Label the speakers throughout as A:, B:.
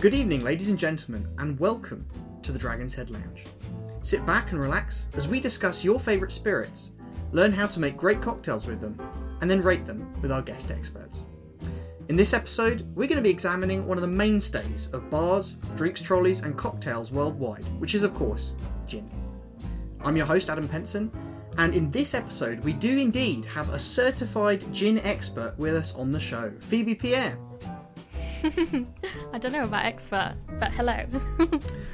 A: Good evening, ladies and gentlemen, and welcome to the Dragon's Head Lounge. Sit back and relax as we discuss your favourite spirits, learn how to make great cocktails with them, and then rate them with our guest experts. In this episode, we're going to be examining one of the mainstays of bars, drinks trolleys, and cocktails worldwide, which is, of course, gin. I'm your host, Adam Penson, and in this episode, we do indeed have a certified gin expert with us on the show, Phoebe Pierre.
B: I don't know about expert, but hello.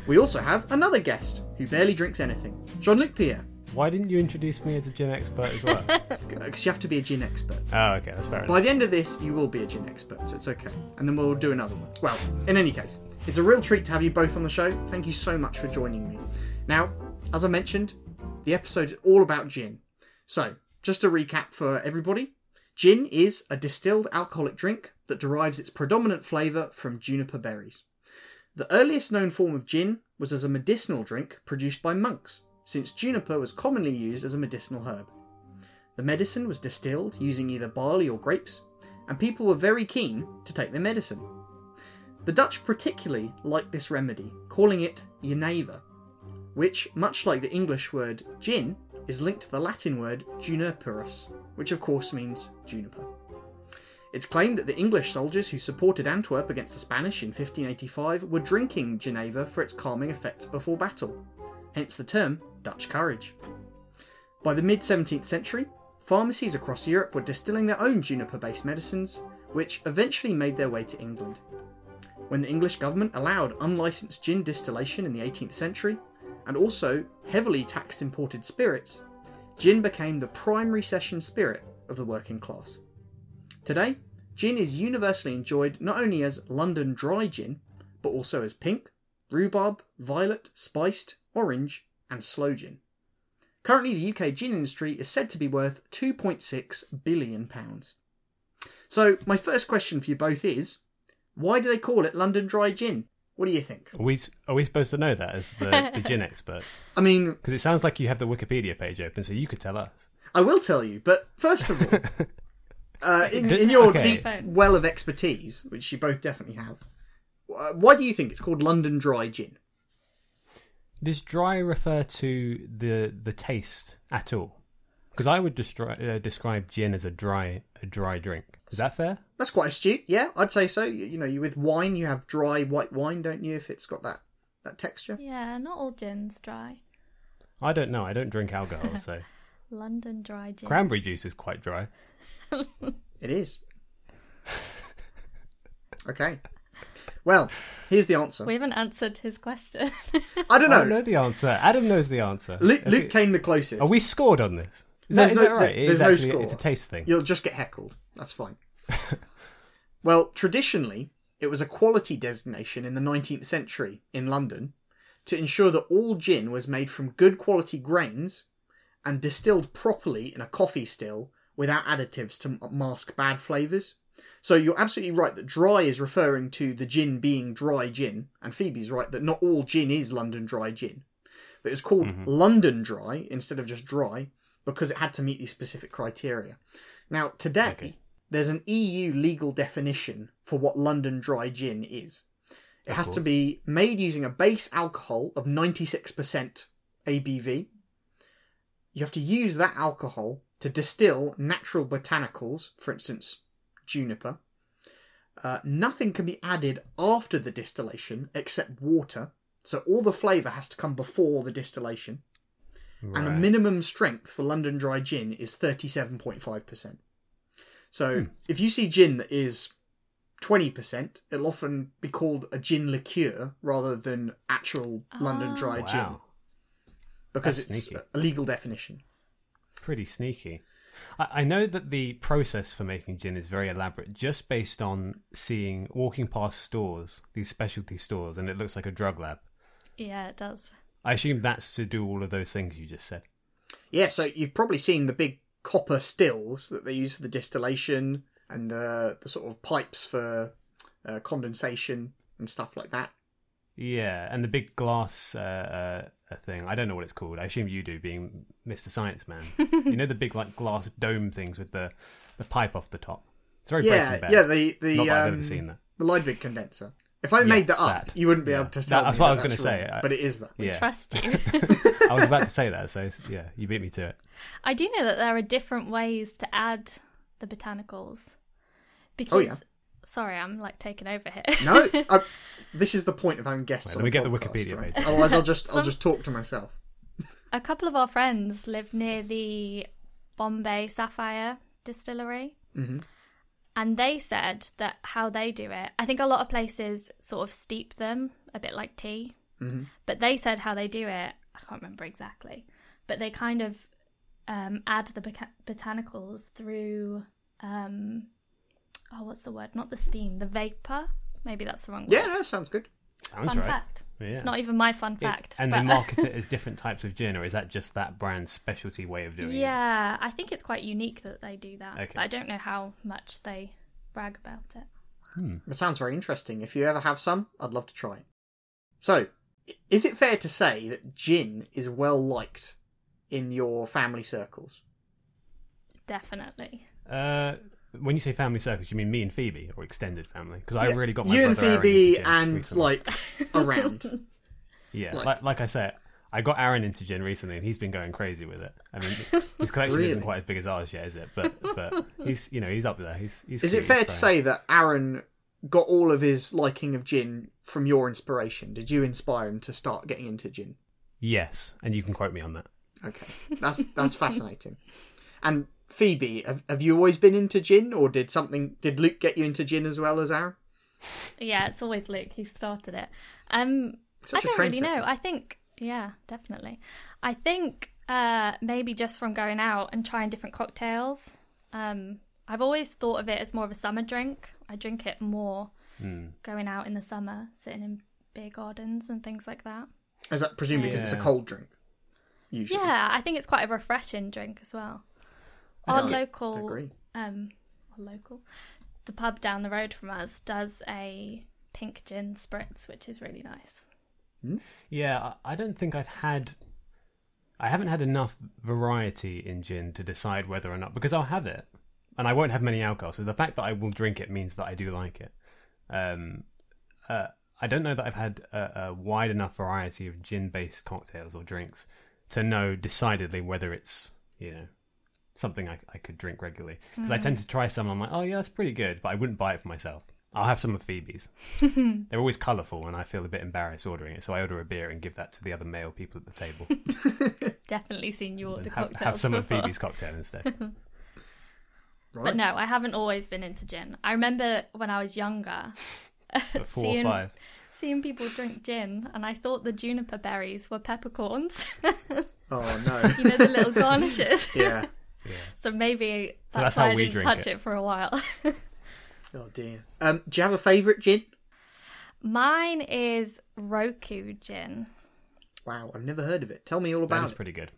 A: We also have another guest who barely drinks anything, Jean Luc Pierre,
C: Why didn't you introduce me as a gin expert as well?
A: because you have to be a gin expert.
C: oh, okay, that's fair enough.
A: By the end of this, you will be a gin expert, so it's okay. And then we'll do another one. Well, in any case, it's a real treat to have you both on the show. Thank you so much for joining me. Now, as I mentioned, the episode is all about gin. So, just a recap for everybody gin is a distilled alcoholic drink that derives its predominant flavour from juniper berries. The earliest known form of gin was as a medicinal drink produced by monks, since juniper was commonly used as a medicinal herb. The medicine was distilled using either barley or grapes, and people were very keen to take their medicine. The Dutch particularly liked this remedy, calling it jenever, which, much like the English word gin, is linked to the Latin word juniperus, which of course means juniper. It's claimed that the English soldiers who supported Antwerp against the Spanish in 1585 were drinking Geneva for its calming effect before battle, hence the term Dutch courage. By the mid 17th century, pharmacies across Europe were distilling their own juniper based medicines, which eventually made their way to England. When the English government allowed unlicensed gin distillation in the 18th century, and also heavily taxed imported spirits, gin became the primary session spirit of the working class. Today, gin is universally enjoyed not only as London dry gin, but also as pink, rhubarb, violet, spiced, orange, and sloe gin. Currently, the UK gin industry is said to be worth £2.6 billion. pounds. So, my first question for you both is why do they call it London dry gin? What do you think?
C: Are we, are we supposed to know that as the, the gin expert?
A: I mean,
C: Because it sounds like you have the Wikipedia page open, so you could tell us.
A: I will tell you, but first of all, uh, in, in your
C: Okay.
A: deep well of expertise, which you both definitely have, uh, why do you think it's called London Dry Gin?
C: Does dry refer to the the taste at all? Because I would destri- uh, describe gin as a dry a dry drink. Is that fair?
A: That's quite astute. Yeah, I'd say so. You, you know, you with wine, you have dry white wine, don't you? If it's got that that texture.
B: yeah, not all gin's dry.
C: I don't know. I don't drink alcohol, so
B: London dry gin.
C: cranberry juice is quite dry.
A: It is. okay. Well, here's the answer.
B: we haven't answered his question.
A: I don't
C: I
A: know.
C: don't know the answer. Adam knows the answer.
A: Luke,
C: Have
A: Luke
C: we-
A: came the closest.
C: are we scored on this? Is, that,
A: There's
C: is
A: no-
C: that right?
A: there-
C: It
A: there's
C: is
A: no
C: actually-
A: score.
C: It's a taste thing.
A: You'll just get heckled. That's fine. well, traditionally, it was a quality designation in the 19th century in London to ensure that all gin was made from good quality grains and distilled properly in a coffee still without additives to m- mask bad flavours. So you're absolutely right that dry is referring to the gin being dry gin, and Phoebe's right that not all gin is London dry gin. But it's called London dry instead of just dry because it had to meet these specific criteria. Now, today,
C: Okay.
A: there's an EU legal definition for what London dry gin is. It
C: Of
A: has to
C: course.
A: be made using a base alcohol of 96% ABV. You have to use that alcohol to distill natural botanicals, for instance, juniper. Uh, nothing can be added after the distillation except water. So all the flavour has to come before the distillation. And the
C: Right.
A: minimum strength for London Dry Gin is 37.5%.
C: Hmm.
A: So if you see gin that is 20%, it'll often be called a gin liqueur rather than actual London
B: Ah.
A: Dry
C: wow.
A: Gin because
C: That's
A: it's
C: sneaky.
A: a legal definition.
C: pretty sneaky. I, I know that the process for making gin is very elaborate, just based on seeing walking past stores, these specialty stores, and it looks like a drug lab.
B: yeah, it does.
C: I assume that's to do all of those things you just said.
A: Yeah, so you've probably seen the big copper stills that they use for the distillation and the the sort of pipes for uh, condensation and stuff like that.
C: Yeah, and the big glass uh, uh, thing. I don't know what it's called. I assume you do, being Mr. Science Man. you know the big like glass dome things with the, the pipe off the top. It's very
A: yeah,
C: Breaking Bad.
A: yeah, the the
C: Not that I've
A: um,
C: ever seen that.
A: the Leibig condenser. If I made
C: Yes,
A: that up,
C: that.
A: you wouldn't be able to tell.
C: that's
A: me
C: what I
A: that
C: was
A: that's
C: gonna say.
A: wrong,
C: I-
A: but it is that.
C: Yeah,
B: Trust you.
C: I was about to say that. So it's- yeah, you beat me to it.
B: I do know that there are different ways to add the botanicals. Because
A: Oh, yeah.
B: sorry, I'm like taking over here.
A: No, I, this is the point of having guests.
C: Wait,
A: on
C: let me get the
A: podcast,
C: Wikipedia
A: right?
C: page.
A: Otherwise, I'll just I'll just talk to myself.
B: A couple of our friends live near the Bombay Sapphire distillery.
A: Mhm.
B: And they said that how they do it, I think a lot of places sort of steep them a bit like tea.
C: Mm-hmm.
A: Mhm.
B: But they said how they do it, I can't remember exactly, but they kind of um, add the boca- botanicals through, um, oh, what's the word? Not the steam, the vapor. Maybe that's the wrong
A: Yeah,
B: word.
A: no, sounds good.
C: Sounds
B: fun
C: right.
B: fact.
C: Yeah.
B: It's not even my fun
C: It-
B: fact.
C: and
B: but...
C: they market it as different types of gin, or is that just that brand's specialty way of doing it?
B: Yeah, I think it's quite unique that they do that.
C: Okay.
B: But I don't know how much they brag about it.
C: Hmm.
A: It sounds very interesting. If you ever have some, I'd love to try it. So, i- is it fair to say that gin is well liked in your family circles?
B: Definitely.
C: Uh, when you say family circles, you mean me and Phoebe, or extended family? Because I
A: Yeah,
C: really got my
A: you and
C: brother Aaron
A: Phoebe
C: into gin
A: and
C: recently.
A: like around.
C: yeah,
A: like-
C: like, like I said, I got Aaron into gin recently, and he's been going crazy with it. I mean, his collection
A: Really?
C: isn't quite as big as ours yet, is it? But but he's you know he's up there. He's, he's
A: is
C: cute,
A: it fair
C: he's
A: to
C: fine.
A: say that Aaron got all of his liking of gin from your inspiration? Did you inspire him to start getting into gin?
C: yes? And you can quote me on that.
A: Okay, that's that's fascinating. And Phoebe, have, have you always been into gin, or did something? Did Luke get you into gin as well as Aaron?
B: Yeah, it's always Luke. He started it. Um,
A: Such
B: I
A: a
B: don't really know.
A: trendsetter.
B: I think, yeah, definitely. I think uh, maybe just from going out and trying different cocktails. Um, I've always thought of it as more of a summer drink. I drink it more
A: Hmm.
B: going out in the summer, sitting in beer gardens and things like that.
A: Is that presumably because it's a
C: Yeah.
A: cold drink? Usually,
B: Yeah, I think it's quite a refreshing drink as well. Our
A: Yeah, I
B: local,
A: agree.
B: um, our local, the pub down the road from us does a pink gin spritz, which is really nice.
C: Yeah, I I don't think I've had. I haven't had enough variety in gin to decide whether or not because I'll have it, and I won't have many alcohol. So the fact that I will drink it means that I do like it. Um, uh, I don't know that I've had a, a wide enough variety of gin-based cocktails or drinks to know decidedly whether it's you know something I, I could drink regularly. Because I tend to try some, I'm like, oh yeah, that's pretty good, but I wouldn't buy it for myself. I'll have some of Phoebe's. They're always colourful, and I feel a bit embarrassed ordering it, so I order a beer and give that to the other male people at the table.
B: Definitely seen you order
C: and have,
B: cocktails
C: have some of
B: before.
C: Phoebe's cocktail instead.
A: right?
B: But no, I haven't always been into gin. I remember when I was younger
C: At four or
B: Seeing-
C: five.
B: seeing people drink gin, and I thought the juniper berries were peppercorns.
A: Oh no.
B: you know, the little garnishes.
A: yeah.
B: So maybe that's,
C: So that's
B: why
C: how
B: I
C: we
B: didn't
C: drink
B: touch
C: it.
B: it for a while.
A: Oh dear. Um, do you have a favourite gin?
B: Mine is Roku gin.
A: Wow, I've never heard of it. Tell me all
C: That
A: about
C: was
A: it.
C: pretty good.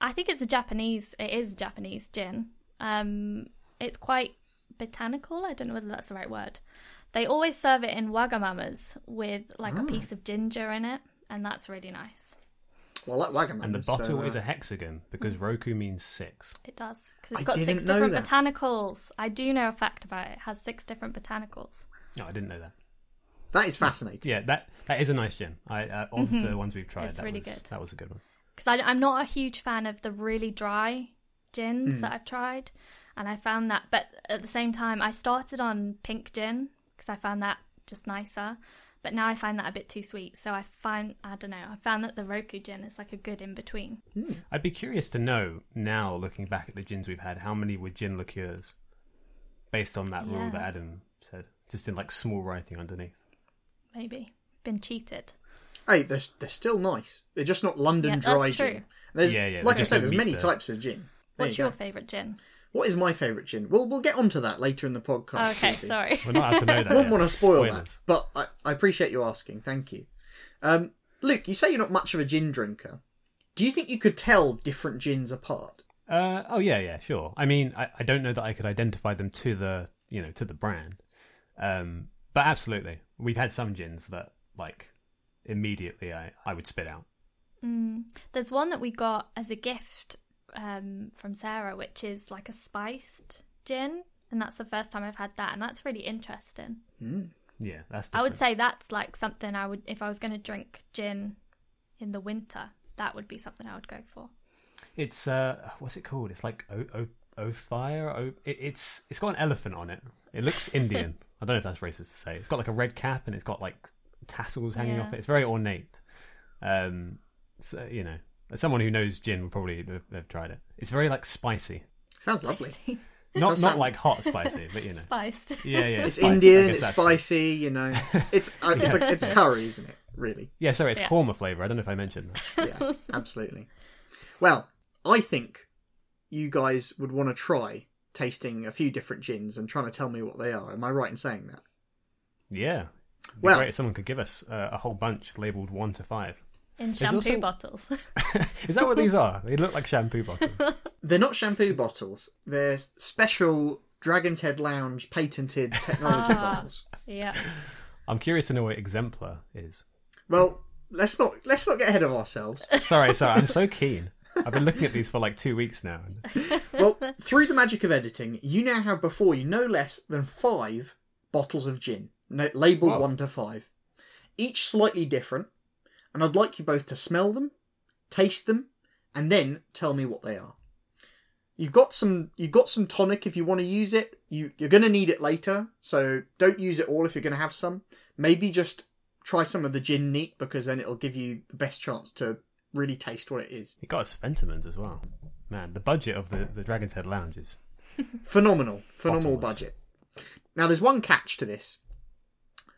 B: I think it's a Japanese. It is Japanese gin. Um, it's quite botanical. I don't know whether that's the right word. They always serve it in wagamamas with like
A: Ah.
B: a piece of ginger in it, and that's really nice.
A: Well, I like Wagamama.
C: And the bottle
A: so, uh,
C: is a hexagon
B: Mm.
C: because Roku means six.
B: It does because
A: I
B: it's got six
A: didn't know
B: different
A: that.
B: botanicals. I do know a fact about it. It has six different botanicals.
C: No, I didn't know that.
A: That is fascinating.
C: Yeah, that that is a nice gin. I uh, of the ones we've tried,
B: Mm-hmm. It's
C: that
B: really
C: was
B: good.
C: that was a good one.
B: Because I'm not a huge fan of the really dry gins
A: Hmm.
B: that I've tried, and I found that. But at the same time, I started on pink gin because I found that just nicer. But now I find that a bit too sweet. So I find I don't know. I found that the Roku gin is like a good in between.
A: Hmm.
C: I'd be curious to know now, looking back at the gins we've had, how many were gin liqueurs, based on that rule
B: Yeah.
C: that Adam said, just in like small writing underneath.
B: Maybe been cheated.
A: Hey, they're, they're still nice. They're just not London
B: Yeah, that's
A: dry
B: true.
A: gin. There's,
C: Yeah, yeah,
A: like
C: they
A: I
C: just
A: said,
C: don't
A: there's
C: meet
A: many
C: the-
A: types of gin. There
B: What's
A: you
B: your
A: go.
B: favorite gin?
A: What is my favourite gin? We'll we'll get onto that later in the podcast.
B: Oh, okay,
A: Phoebe.
B: sorry.
C: We're not allowed to know
A: I
C: that. yet.
A: wouldn't want to spoil
C: Spoilers.
A: that, but I, I appreciate you asking. Thank you. Um, Luke, you say you're not much of a gin drinker. Do you think you could tell different gins apart?
C: Uh, oh yeah, yeah, sure. I mean, I, I don't know that I could identify them to the you know to the brand, um, but absolutely, we've had some gins that like immediately I, I would spit out.
B: Mm. There's one that we got as a gift um, from Sarah, which is like a spiced gin, and that's the first time I've had that, and that's really interesting.
A: Mm.
C: Yeah, that's.
B: I
C: Different.
B: would say that's like something I would, if I was going to drink gin in the winter, that would be something I would go for.
C: it's uh, what's it called? It's like o o o fire. O it, it's it's got an elephant on it. It looks Indian. I don't know if that's racist to say. It's got like a red cap and it's got like tassels hanging off
B: Yeah.
C: it. It's very ornate. Um, so you know, as someone who knows gin would probably have, have tried it. It's very like spicy,
A: Sounds lovely.
B: Spicy.
C: not
A: does
C: not
A: sound-
C: like hot spicy, but you know,
B: Spiced.
C: yeah, yeah.
A: It's
C: spicy. I
A: Indian.
C: guess
A: It's
C: that's-
A: spicy. You know, it's uh, it's a, it's curry, isn't it? Really?
C: Yeah, sorry, it's
B: Yeah.
C: korma flavor. I don't know if I mentioned that.
A: Yeah, absolutely. Well, I think you guys would want to try tasting a few different gins and trying to tell me what they are. Am I right in saying that?
C: Yeah. It'd be
A: Well-
C: great if someone could give us uh, a whole bunch labeled one to five.
B: In
C: There's
B: shampoo
C: also-
B: bottles.
C: Is that what these are? They look like shampoo bottles.
A: They're not shampoo bottles. They're special Dragon's Head Lounge patented technology
B: Ah.
A: bottles.
B: yeah.
C: I'm curious to know what exemplar is.
A: Well, let's not let's not get ahead of ourselves.
C: Sorry, sorry, I'm so keen. I've been looking at these for like two weeks now.
A: Well, through the magic of editing, you now have before you no less than five bottles of gin, no, labeled
C: Wow.
A: one to five, each slightly different, and I'd like you both to smell them, taste them, and then tell me what they are. You've got some you've got some tonic if you want to use it. You you're gonna need it later, so don't use it all if you're gonna have some. Maybe just try some of the gin neat because then it'll give you the best chance to really taste what it is.
C: It got us Fentimans as well. Man, the budget of the, the Dragon's Head Lounge is.
A: Phenomenal, phenomenal
C: Bottomless.
A: budget. Now, there's one catch to this.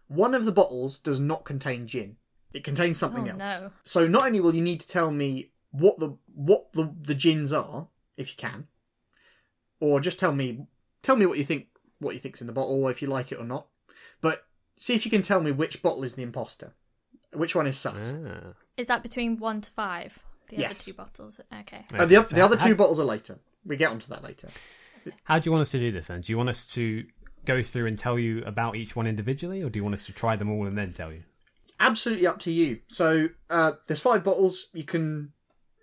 A: One of the bottles does not contain gin. It contains something
B: Oh,
A: else.
B: no.
A: So not only will you need to tell me what the what the the gins are, if you can, or just tell me tell me what you think what you think's in the bottle, or if you like it or not. But see if you can tell me which bottle is the imposter, which one is sus.
C: Ah.
B: Is that between one to five? The
A: Yes.
B: other two bottles. Okay.
A: Uh, the, oth-
C: So
A: the other
C: how-
A: two bottles are later. We get onto that later.
C: How do you want us to do this then? Do you want us to go through and tell you about each one individually, or do you want us to try them all and then tell you?
A: absolutely up to you. So uh, there's five bottles. You can,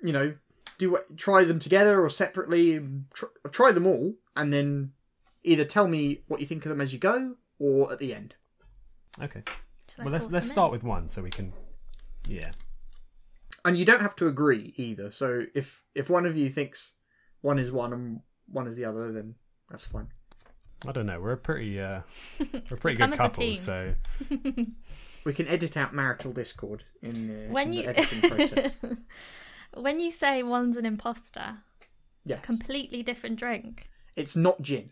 A: you know, do what, try them together or separately. and Tr- try them all, and then either tell me what you think of them as you go, or at the end.
C: Okay.
B: Shall I
C: Well, let's
B: call
C: let's
B: some in?
C: start with one so we can. Yeah.
A: And you don't have to agree either. So if if one of you thinks one is one and one is the other, then that's fine.
C: I don't know. We're a pretty uh, we're a pretty
B: come
C: good
B: as a
C: couple,
B: team.
C: so
A: We can edit out marital discord in the,
B: When
A: in the
B: you-
A: editing process.
B: When you say one's an imposter,
A: Yes,
B: completely different drink.
A: it's not gin.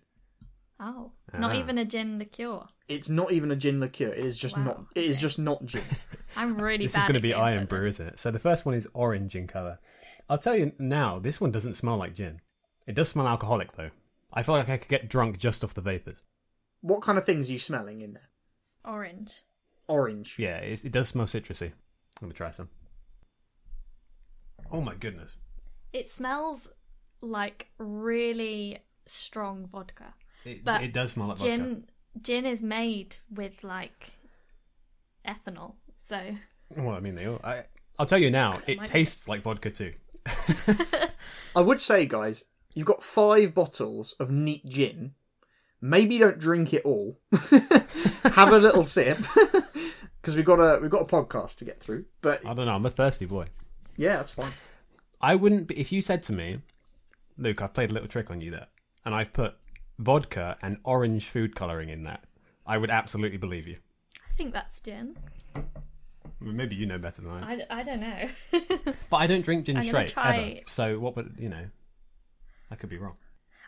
B: Oh, not
C: Ah.
B: even a gin liqueur.
A: It's not even a gin liqueur. It is just
B: Wow,
A: not. It is
B: okay.
A: just not gin.
B: I'm really
C: this
B: bad.
C: is going to
B: at
C: be
B: games
C: iron
B: like
C: brew,
B: this.
C: isn't it? So the first one is orange in color. I'll tell you now, this one doesn't smell like gin. It does smell alcoholic though. I feel like I could get drunk just off the vapors.
A: what kind of things are you smelling in there?
B: Orange.
A: Orange.
C: Yeah, it, it does smell citrusy. I'm gonna try some. Oh my goodness!
B: It smells like really strong vodka.
C: It,
B: But
C: it does smell like
B: gin
C: vodka.
B: gin is made with like ethanol. So
C: Well, I mean, they all. I, I'll tell you now, it
B: Might-
C: tastes like vodka too.
A: I would say, guys, you've got five bottles of neat gin. Maybe don't drink it all. Have a little sip because we've got a we've got a podcast to get through. But
C: I don't know. I'm a thirsty boy.
A: yeah, that's fine.
C: I wouldn't be if you said to me, Luke, I've played a little trick on you there, and I've put vodka and orange food coloring in that. I would absolutely believe you.
B: I think that's gin.
C: Maybe you know better than I.
B: I, I don't know.
C: but I don't drink gin
B: I'm gonna
C: straight ever.
B: try-
C: So what would you know? I could be wrong.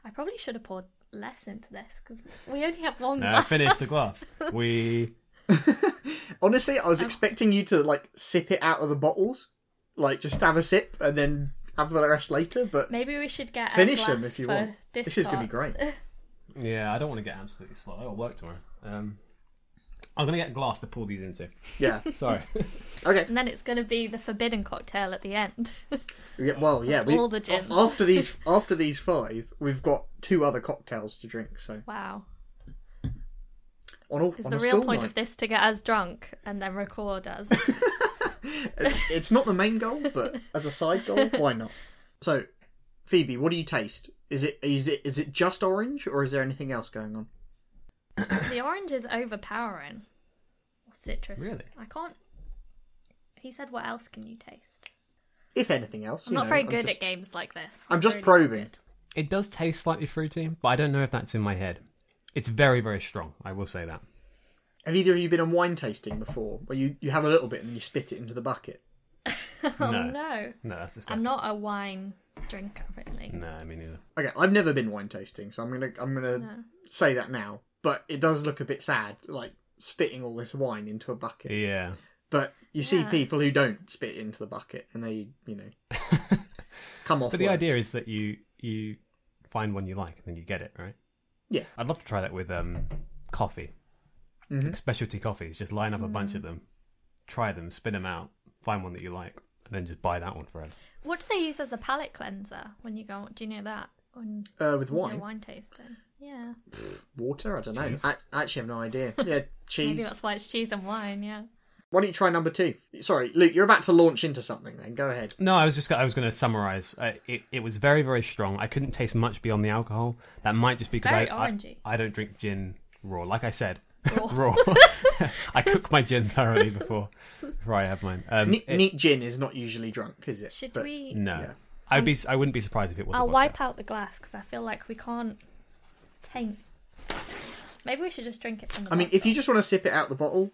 B: I probably should have poured less into this because we only have one.
C: Now
B: glass.
C: finish the glass. We
A: Honestly, I was
B: Oh.
A: expecting you to like sip it out of the bottles, like just have a sip and then have the rest later. But
B: Maybe we should get a
A: finish
B: glass
A: them if you
B: for
A: want. This is gonna be
B: discards.
A: great.
C: yeah. I don't want to get absolutely slow. I'll work tomorrow. Um, I'm gonna get a glass to pour these into.
A: yeah,
C: Sorry.
A: okay.
B: And then it's going to be the forbidden cocktail at the end.
A: Yeah, well, yeah.
B: All the gins.
A: a- after these after these five, we've got two other cocktails to drink. So
B: wow.
A: on a,
B: Is
A: on
B: the
A: a
B: real
A: school
B: point
A: night.
B: of this to get us drunk and then record us?
A: it's, it's not the main goal, but as a side goal, why not? So, Phoebe, what do you taste? Is it is it is it just orange, or is there anything else going on?
B: the orange is overpowering. citrus.
C: Really?
B: I can't. He said, "What else can you taste?"
A: If anything else,
B: I'm
A: you
B: not
A: know,
B: very
A: I'm
B: good
A: just-
B: at games like this.
A: I'm just
B: really not
A: probing.
B: good.
C: It does taste slightly fruity, but I don't know if that's in my head. It's very, very strong. I will say that.
A: Have either of you been on wine tasting before, where you, you have a little bit and then you spit it into the bucket?
B: Oh
C: No.
B: no,
C: No, that's disgusting.
B: I'm not a wine drinker really.
A: Mm.
C: No, me neither.
A: Okay, I've never been wine tasting, so I'm gonna I'm gonna
B: No.
A: say that now. But it does look a bit sad, like spitting all this wine into a bucket.
C: Yeah.
A: But you see
B: Yeah.
A: people who don't spit into the bucket, and they you know come off.
C: But the
A: worse.
C: idea is that you you find one you like and then you get it, right?
A: Yeah.
C: I'd love to try that with um coffee.
A: Mhm.
C: Like specialty coffees. Just line up a bunch of them, try them, spin them out, find one that you like, and then just buy that one forever.
B: What do they use as a palate cleanser when you go? Do you know that? When
A: uh, with
B: you're
A: wine,
B: wine tasting. Yeah.
A: water. I don't know.
C: Cheese.
A: I, I actually have no idea. Yeah,
B: Maybe
A: cheese.
B: that's why it's cheese and wine. Yeah.
A: Why don't you try number two? Sorry, Luke, you're about to launch into something. Then go ahead.
C: No, I was just I was going to summarize. Uh, it it was very very strong. I couldn't taste much beyond the alcohol. That might just be because I,
B: very
C: I
B: orangey.
C: I don't drink gin raw. Like I said,
B: Raw.
C: raw. I cook my gin thoroughly before before I have mine. Um,
A: Ne-
C: it-
A: neat gin is not usually drunk, is it?
B: Should
A: Eh, But-
B: we?
C: no,
A: yeah.
C: I'd be I wouldn't be surprised if it was. a
B: Um, I'll
C: vodka.
B: wipe out the glass because I feel like we can't taint. Maybe we should just drink it from the.
A: I mean, if you just want to sip it out the bottle,
B: bottle.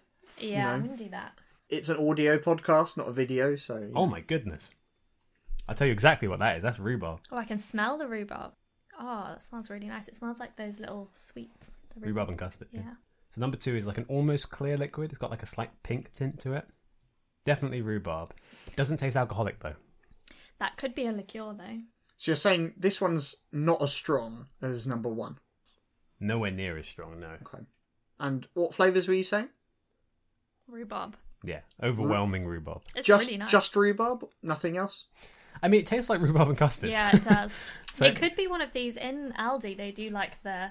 B: yeah,
A: know.
B: I'm gonna do that.
A: it's an audio podcast, not a video. So you
C: Oh my goodness! I'll tell you exactly what that is. That's rhubarb.
B: Oh, I can smell the rhubarb. Oh, that smells really nice. It smells like those little sweets. The
C: Rhubarb and custard.
B: Yeah.
C: So number two is like an almost clear liquid. It's got like a slight pink tint to it. Definitely rhubarb. Doesn't taste alcoholic though.
B: that could be a liqueur though.
A: So you're saying this one's not as strong as number one.
C: Nowhere near as strong. No.
A: Okay. And what flavours were you saying?
B: Rhubarb.
C: Yeah, overwhelming rhubarb.
B: It's
A: just
B: really nice.
A: just rhubarb, nothing else.
C: I mean, it tastes like rhubarb and custard.
B: Yeah, it does.
C: So-
B: it could be one of these in Aldi. They do like the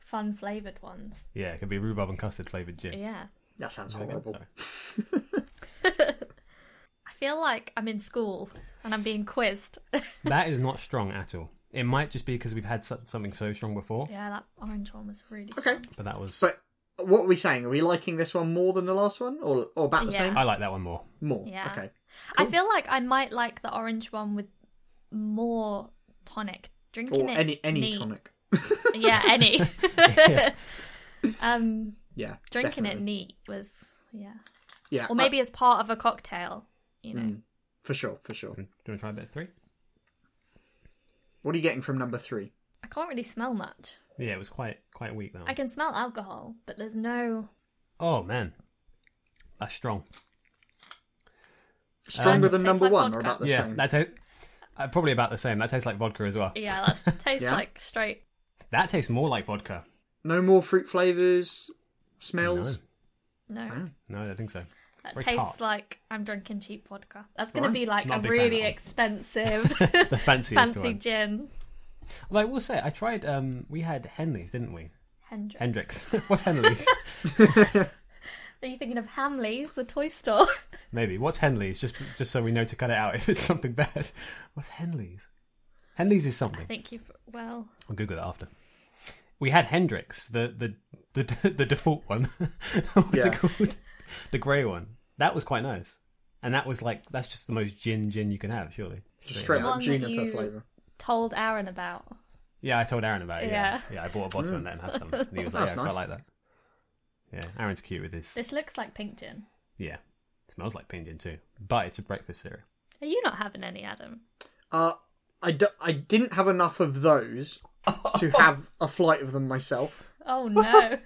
B: fun flavored ones.
C: Yeah, it could be rhubarb and custard flavored gin.
B: Yeah.
A: That sounds
C: I think
A: horrible.
C: so.
B: I feel like I'm in school and I'm being quizzed.
C: That is not strong at all. It might just be because we've had so- something so strong before,
B: yeah, that orange one was really
A: Okay.
B: strong.
C: but that was.
A: But what are we saying? Are we liking this one more than the last one, or or about the
B: Yeah.
A: same?
C: I like that one more.
A: More.
B: Yeah.
A: Okay.
B: I feel like I might like the orange one with more tonic. Drinking
A: Or
B: it
A: any any
B: neat-
A: tonic.
B: Yeah, any. um,
A: Yeah.
B: drinking it
A: definitely.
B: neat was yeah,
A: Yeah.
B: or
A: I-
B: maybe as part of a cocktail. You know,
A: Mm, for sure. For sure.
C: Do you want to try a bit of three?
A: What are you getting from number three?
B: I can't really smell much.
C: Yeah, it was quite quite weak that one.
B: I can smell alcohol, but there's no.
C: Oh man, that's strong.
A: Stronger
B: It
A: than
B: tastes
A: number
B: like
A: one, or
B: Uh, vodka.
A: about the
C: yeah,
A: same?
C: that tastes uh, probably about the same. That tastes like vodka as well.
B: Yeah, that's tastes
A: Yeah?
B: like straight.
C: That tastes more like vodka.
A: No more fruit flavors, smells.
B: No,
A: Wow.
C: No, I don't think so.
B: that
C: Very
B: tastes
C: tart. like
B: like I'm drinking cheap vodka. That's gonna
A: Right.
B: be like
C: Not a
B: a
C: big fan of
B: really
C: that.
B: expensive
C: the fanciest
B: fancy
C: one.
B: gin.
C: Although I will say, I tried. Um, we had Henley's, didn't we?
B: Hendrix.
C: Hendrix. What's Henley's?
B: Are you thinking of Hamleys, the toy store?
C: Maybe. What's Henley's? Just just so we know to cut it out if it's something bad. What's Henley's? Henley's is
B: I
C: something.
B: think you've well.
C: I'll Google that after. We had Hendrix, the the the, the default one. What's
A: Yeah.
C: it called? The grey one. That was quite nice, and that was like that's just the most gin gin you can have, surely.
A: Just straight
B: The
A: up
B: one that
A: juniper
B: you-
A: flavor.
B: Told Aaron about.
C: Yeah, I told Aaron about it. Yeah, yeah.
B: Yeah.
C: I bought a bottle and let him have some, and he was like,
A: That's
C: "Yeah, I
A: nice.
C: quite like that." Yeah, Aaron's cute with his.
B: This looks like pink gin.
C: Yeah, smells like pink gin too, but it's a breakfast cereal.
B: Are you not having any, Adam?
A: Uh, I, d- I didn't have enough of those to have a flight of them myself.
B: Oh no.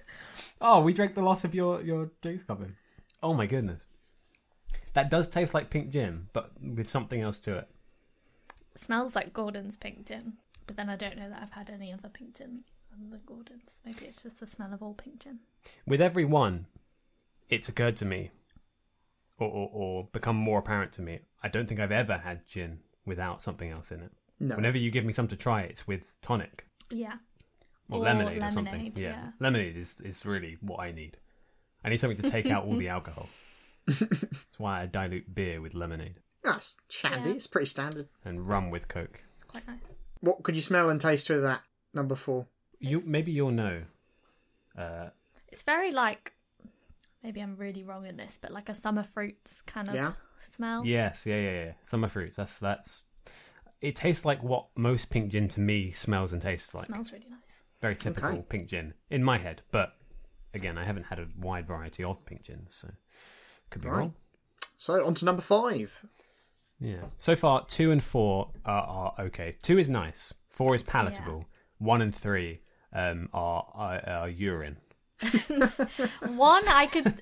C: Oh, we drank the lot of your your drinks coffin. Oh my goodness, that does taste like pink gin, but with something else to it.
B: smells like Gordon's pink gin, but then I don't know that I've had any other pink gin other than Gordon's. Maybe it's just the smell of all pink gin.
C: With every one, it's occurred to me, or, or or become more apparent to me. I don't think I've ever had gin without something else in it.
A: No.
C: Whenever you give me some to try, it's with tonic
B: Yeah.
C: or,
B: Or
C: lemonade, or something.
B: lemonade, yeah.
C: lemonade is is really what I need. I need something to take out all the alcohol. That's why I dilute beer with lemonade
A: That's shandy.
B: Yeah.
A: Ah, It's pretty standard.
C: and rum with coke.
B: It's quite nice.
A: What could you smell and taste with that? Number four.
C: You maybe you'll know. Uh,
B: It's very like maybe I'm really wrong in this, but like a summer fruits kind of
A: Yeah.
B: smell.
C: Yes, yeah, yeah, yeah. Summer fruits. That's that's. It tastes like what most pink gin to me smells and tastes like.
B: smells really nice.
C: Very typical
A: Okay.
C: pink gin in my head, but again, I haven't had a wide variety of pink gins, so could be
A: Right.
C: wrong.
A: So on to number five.
C: Yeah. So far, two and four are, are okay. Two is nice. Four is palatable. One and three um, are, are are urine.
B: One I could,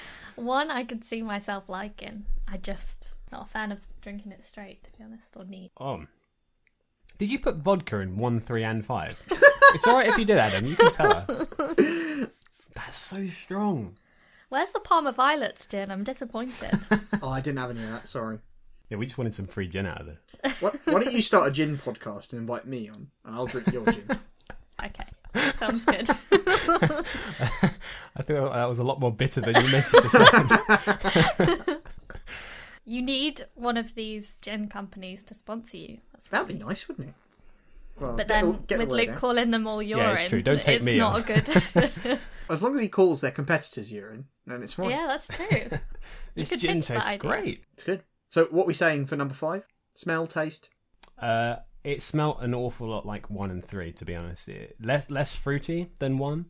B: one I could see myself liking. I just not a fan of drinking it straight, to be honest, or neat.
C: Um. Did you put vodka in one, three, and five? it's all right if you did, Adam. You can tell her. That's so strong.
B: Where's the Palmer Violets gin? I'm disappointed.
A: Oh, I didn't have any of that. Sorry.
C: Yeah, we just wanted some free gin out of this.
A: What, why don't you start a gin podcast and invite me on, and I'll drink your gin.
B: okay, sounds good.
C: I think that was a lot more bitter than you meant it to sound.
B: you need one of these gin companies to sponsor you. That's
A: That'd be nice, wouldn't it? Well,
B: But
A: get the-
B: then
A: get the
B: with
A: word
B: Luke
A: out.
B: calling them all urine,
C: it's true. Don't take
B: it's
C: me
B: not
C: on.
B: a good.
A: as long as he calls their competitors urine, then it's fine.
B: yeah, that's true.
C: This
B: could
C: gin
B: pitch that
C: tastes
B: idea.
C: great.
A: It's good. So, what we saying for number five? Smell, taste.
C: Uh, it smelt an awful lot like one and three, to be honest. It, less less fruity than one,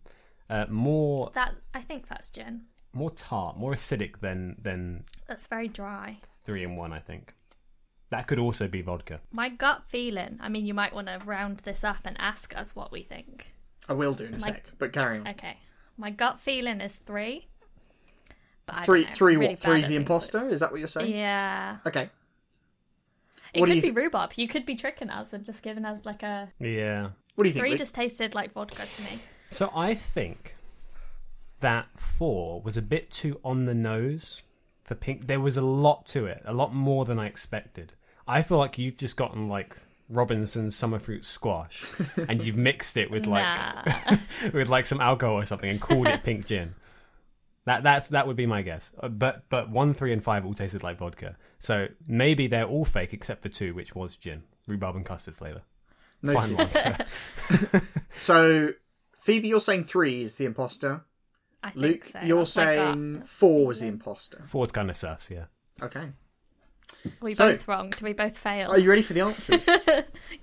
C: uh, more
B: That I think that's gin.
C: more tart, more acidic than than
B: That's very dry.
C: three and one. I think that could also be vodka.
B: My gut feeling. I mean, you might want to round this up and ask us what we think.
A: I will do in a
B: Like-
A: sec, but carry on.
B: Okay. My gut feeling is three. But I
A: Three,
B: don't know.
A: three.
B: I'm really
A: what? Three's
B: bad
A: the
B: at things like-
A: imposter. Is that what you're saying?
B: Yeah.
A: Okay.
B: It
A: What do
B: could
A: you th-
B: be rhubarb. You could be tricking us and just giving us like a
C: Yeah.
A: What do you think?
B: three.
A: Luke?
B: Just tasted like vodka to me.
C: So I think that four was a bit too on the nose for pink. There was a lot to it, a lot more than I expected. I feel like you've just gotten like Robinson's summer fruit squash, and you've mixed it with like
B: Nah.
C: with like some alcohol or something, and called it pink gin. That that's that would be my guess. Uh, But but one, three, and five all tasted like vodka. So maybe they're all fake except for two, which was gin, rhubarb and custard flavor.
A: No
C: Fine
A: clue.
C: one. so-
A: So, Phoebe, you're saying three is the imposter.
B: I think
A: Luke,
B: so.
A: you're
B: That's my gut.
A: saying four was the imposter.
C: Four's kind of sus, yeah.
A: Okay.
B: we
A: so-
B: both wrong. Do we both fail?
A: Are you ready for the answers?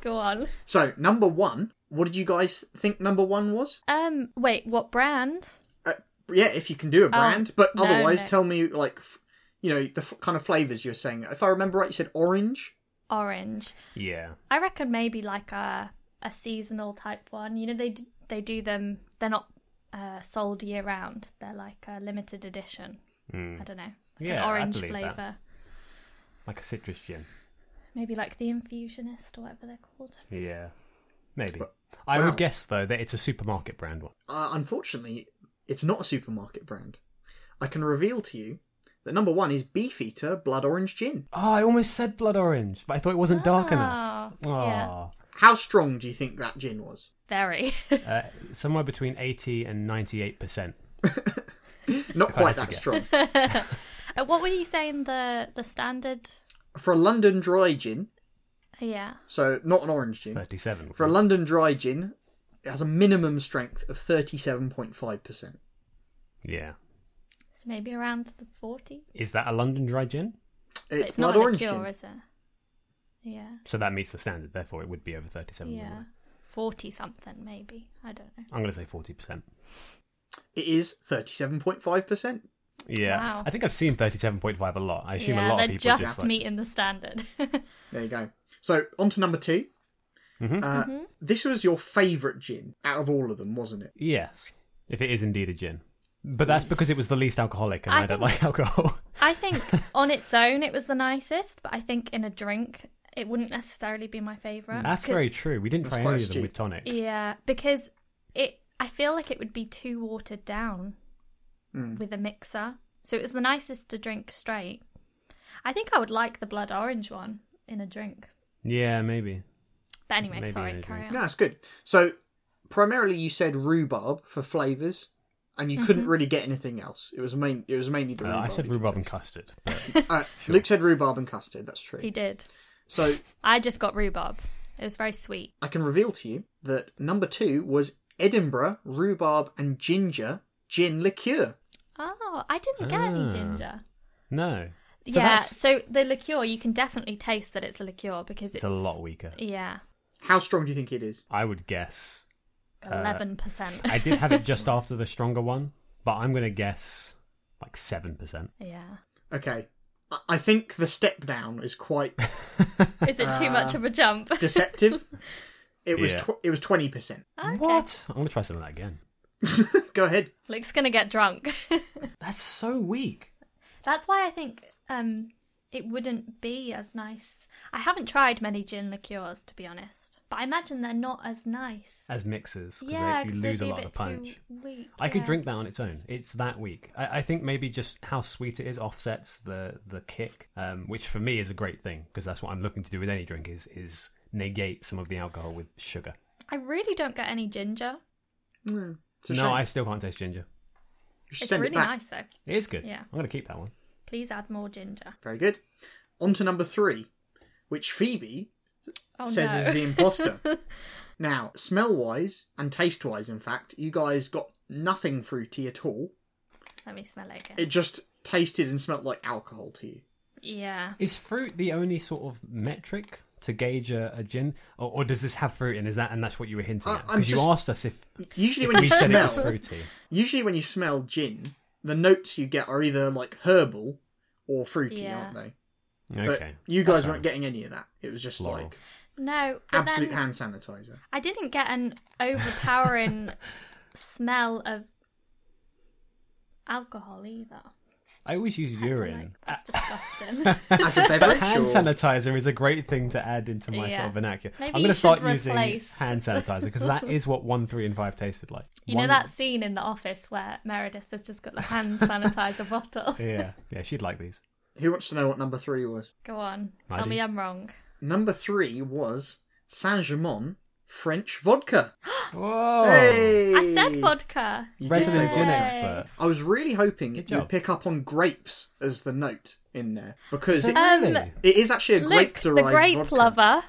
B: Go on.
A: so, number one. What did you guys think number one was?
B: Um. Wait. What brand?
A: Uh, yeah, if you can do a brand, but
B: Oh, no,
A: otherwise,
B: no.
A: tell me like, f- you know, the f- kind of flavors you're saying. If I remember right, you said orange.
B: Orange.
C: Yeah.
B: I reckon maybe like a a seasonal type one. You know, they d- they do them. They're not uh, sold year round. They're like a limited edition.
C: Mm.
B: I don't know. Like
C: Hmm. Yeah,
B: an
C: I'd
B: orange
C: believe that.
B: flavor.
C: Like a citrus gin.
B: Maybe like the infusionist or whatever they're called.
C: Yeah. Maybe. I
A: wow.
C: would guess though that it's a supermarket brand one.
A: Uh, unfortunately, it's not a supermarket brand. I can reveal to you that number one is Beefeater Blood Orange Gin.
C: Oh, I almost said blood orange, but I thought it wasn't dark enough.
B: Oh, yeah.
C: Oh.
A: How strong do you think that gin was?
B: Very.
C: Uh, somewhere between 80 and 98%.
A: Not
C: If I
A: quite
C: had to
A: that
C: guess.
A: strong.
B: Uh, what were you saying? The the standard. uh,
A: For a London dry gin,
B: Yeah.
A: so not an orange gin,
C: 37.
A: for a London dry gin, it has a minimum strength of 37.5%.
C: yeah.
B: So maybe around the forty.
C: Is that a London dry gin?
B: But
A: It's,
B: it's
A: blood
B: not a
A: orange
B: liqueur,
A: gin.
B: is it? Yeah.
C: So that meets the standard, therefore it would be over 37. wouldn't
B: Yeah.
C: it?
B: Forty something maybe. I don't know.
C: I'm going to say 40%.
A: It is 37.5%.
C: Yeah.
B: Wow.
C: I think I've seen 37.5 a lot. I assume
B: yeah,
C: a lot
B: they're
C: of people
B: just,
C: just, like,
B: meeting the standard.
A: There you go. So, on to number 2
C: Mhm.
A: Uh,
B: Mm-hmm.
A: This was your favourite gin out of all of them, wasn't it?
C: Yes. If it is indeed a gin. But that's because it was the least alcoholic and
B: Mm. I
C: I don't
B: think-
C: like alcohol.
B: I think on its own it was the nicest, but I think in a drink it wouldn't necessarily be my favorite.
C: That's very true. We didn't
A: That's
C: try
A: quite
C: any of them
A: astute.
C: with tonic.
B: Yeah, because it I feel like it would be too watered down
A: Mm.
B: with a mixer. So it was the nicest to drink straight. I think I would like the blood orange one in a drink.
C: Yeah, maybe.
B: But anyway,
C: Maybe in
B: sorry,
C: a
B: carry on.
A: No, that's good. So, primarily you said rhubarb for flavours, and you
B: Mm-hmm.
A: couldn't really get anything else. It was main. It was mainly the
C: Uh,
A: rhubarb.
C: I said
A: you could
C: rhubarb and
A: taste.
C: custard. but-
A: Uh, Luke said rhubarb and custard. That's true.
B: He did.
A: So
B: I just got rhubarb. It was very sweet.
A: I can reveal to you that number two was Edinburgh rhubarb and ginger gin liqueur.
B: Oh, I didn't get any
C: Ah.
B: ginger.
C: No, So
B: yeah,
C: that's-
B: so the liqueur you can definitely taste that it's a liqueur because it's,
C: it's a lot weaker.
B: Yeah,
A: How strong do you think it is?
C: I would guess. Uh,
B: eleven percent.
C: I did have it just after the stronger one, but I'm gonna guess like seven percent.
B: yeah,
A: Okay. I- I think the step down is quite
B: is it too much of a jump?
A: Uh, deceptive. It was
C: Yeah.
A: tw- it was twenty percent.
B: Okay.
C: What? I'm gonna try some of that again.
A: Go ahead.
B: Luke's gonna get drunk.
C: That's so weak.
B: That's why I think um, it wouldn't be as nice. I haven't tried many gin liqueurs to be honest, but I imagine they're not as nice.
C: As mixes, because
B: yeah,
C: you
B: 'cause they'd
C: lose a
B: be
C: lot of
B: bit
C: the punch.
B: Too weak,
C: I could
B: yeah.
C: drink that on its own. It's that weak. I, I think maybe just how sweet it is offsets the the kick, um, which for me is a great thing because that's what I'm looking to do with any drink is is negate some of the alcohol with sugar.
B: I really don't get any ginger.
A: Mm, it's a
C: No,
A: shame.
C: I still can't taste ginger.
A: You should
B: It's
A: send it
B: really
A: back.
B: nice though.
C: It is good.
B: Yeah.
C: I'm gonna keep that one.
B: Please add more ginger.
A: Very good. On to number three, which Phoebe
B: Oh
A: says
B: no.
A: is the imposter. now, smell wise and taste wise, in fact, you guys got nothing fruity at all.
B: Let me smell it again.
A: It just tasted and smelt like alcohol to you.
B: Yeah.
C: Is fruit the only sort of metric to gauge a, a gin, or, or does this have fruit? And is that and that's what you were hinting
A: I-
C: at?
A: I'm
C: Because you
A: just-
C: asked us if,
A: Usually,
C: if
A: when you
C: we said it was
A: smell,
C: fruity.
A: usually when you smell gin, the notes you get are either like herbal or fruity,
B: Yeah.
A: aren't they? But
C: Okay,
A: you
C: That's
A: guys
C: fair
A: weren't getting any of that. It was just
C: Floral.
A: like
B: No, but
A: absolute
B: then
A: hand sanitizer.
B: I didn't get an overpowering smell of alcohol either.
C: I always use
B: I don't
C: urine.
B: like- that's disgusting.
A: As a beverage,
C: hand
A: or-
C: sanitizer is a great thing to add into my
B: Yeah.
C: sort of vernacular.
B: Maybe
C: I'm
B: you
C: going to start
B: should
C: using
B: replace-
C: hand sanitizer because that is what one, three, and five tasted like.
B: you
C: One-
B: know that scene in The Office where Meredith has just got the hand sanitizer bottle?
C: Yeah, yeah, she'd like these.
A: who wants to know what number three was?
B: Go on.
C: I
B: Tell
C: do.
B: me I'm wrong.
A: Number three was Saint Germain French vodka.
C: Whoa,
A: Hey!
B: I said vodka.
A: You did say
C: resident gin
A: vodka.
C: expert.
A: I was really hoping
C: Good
A: you'd
C: job.
A: pick up on grapes as the note in there because it,
B: Um,
C: really?
A: it is actually a grape
B: Luke, the
A: derived
B: grape
A: vodka.
B: lover.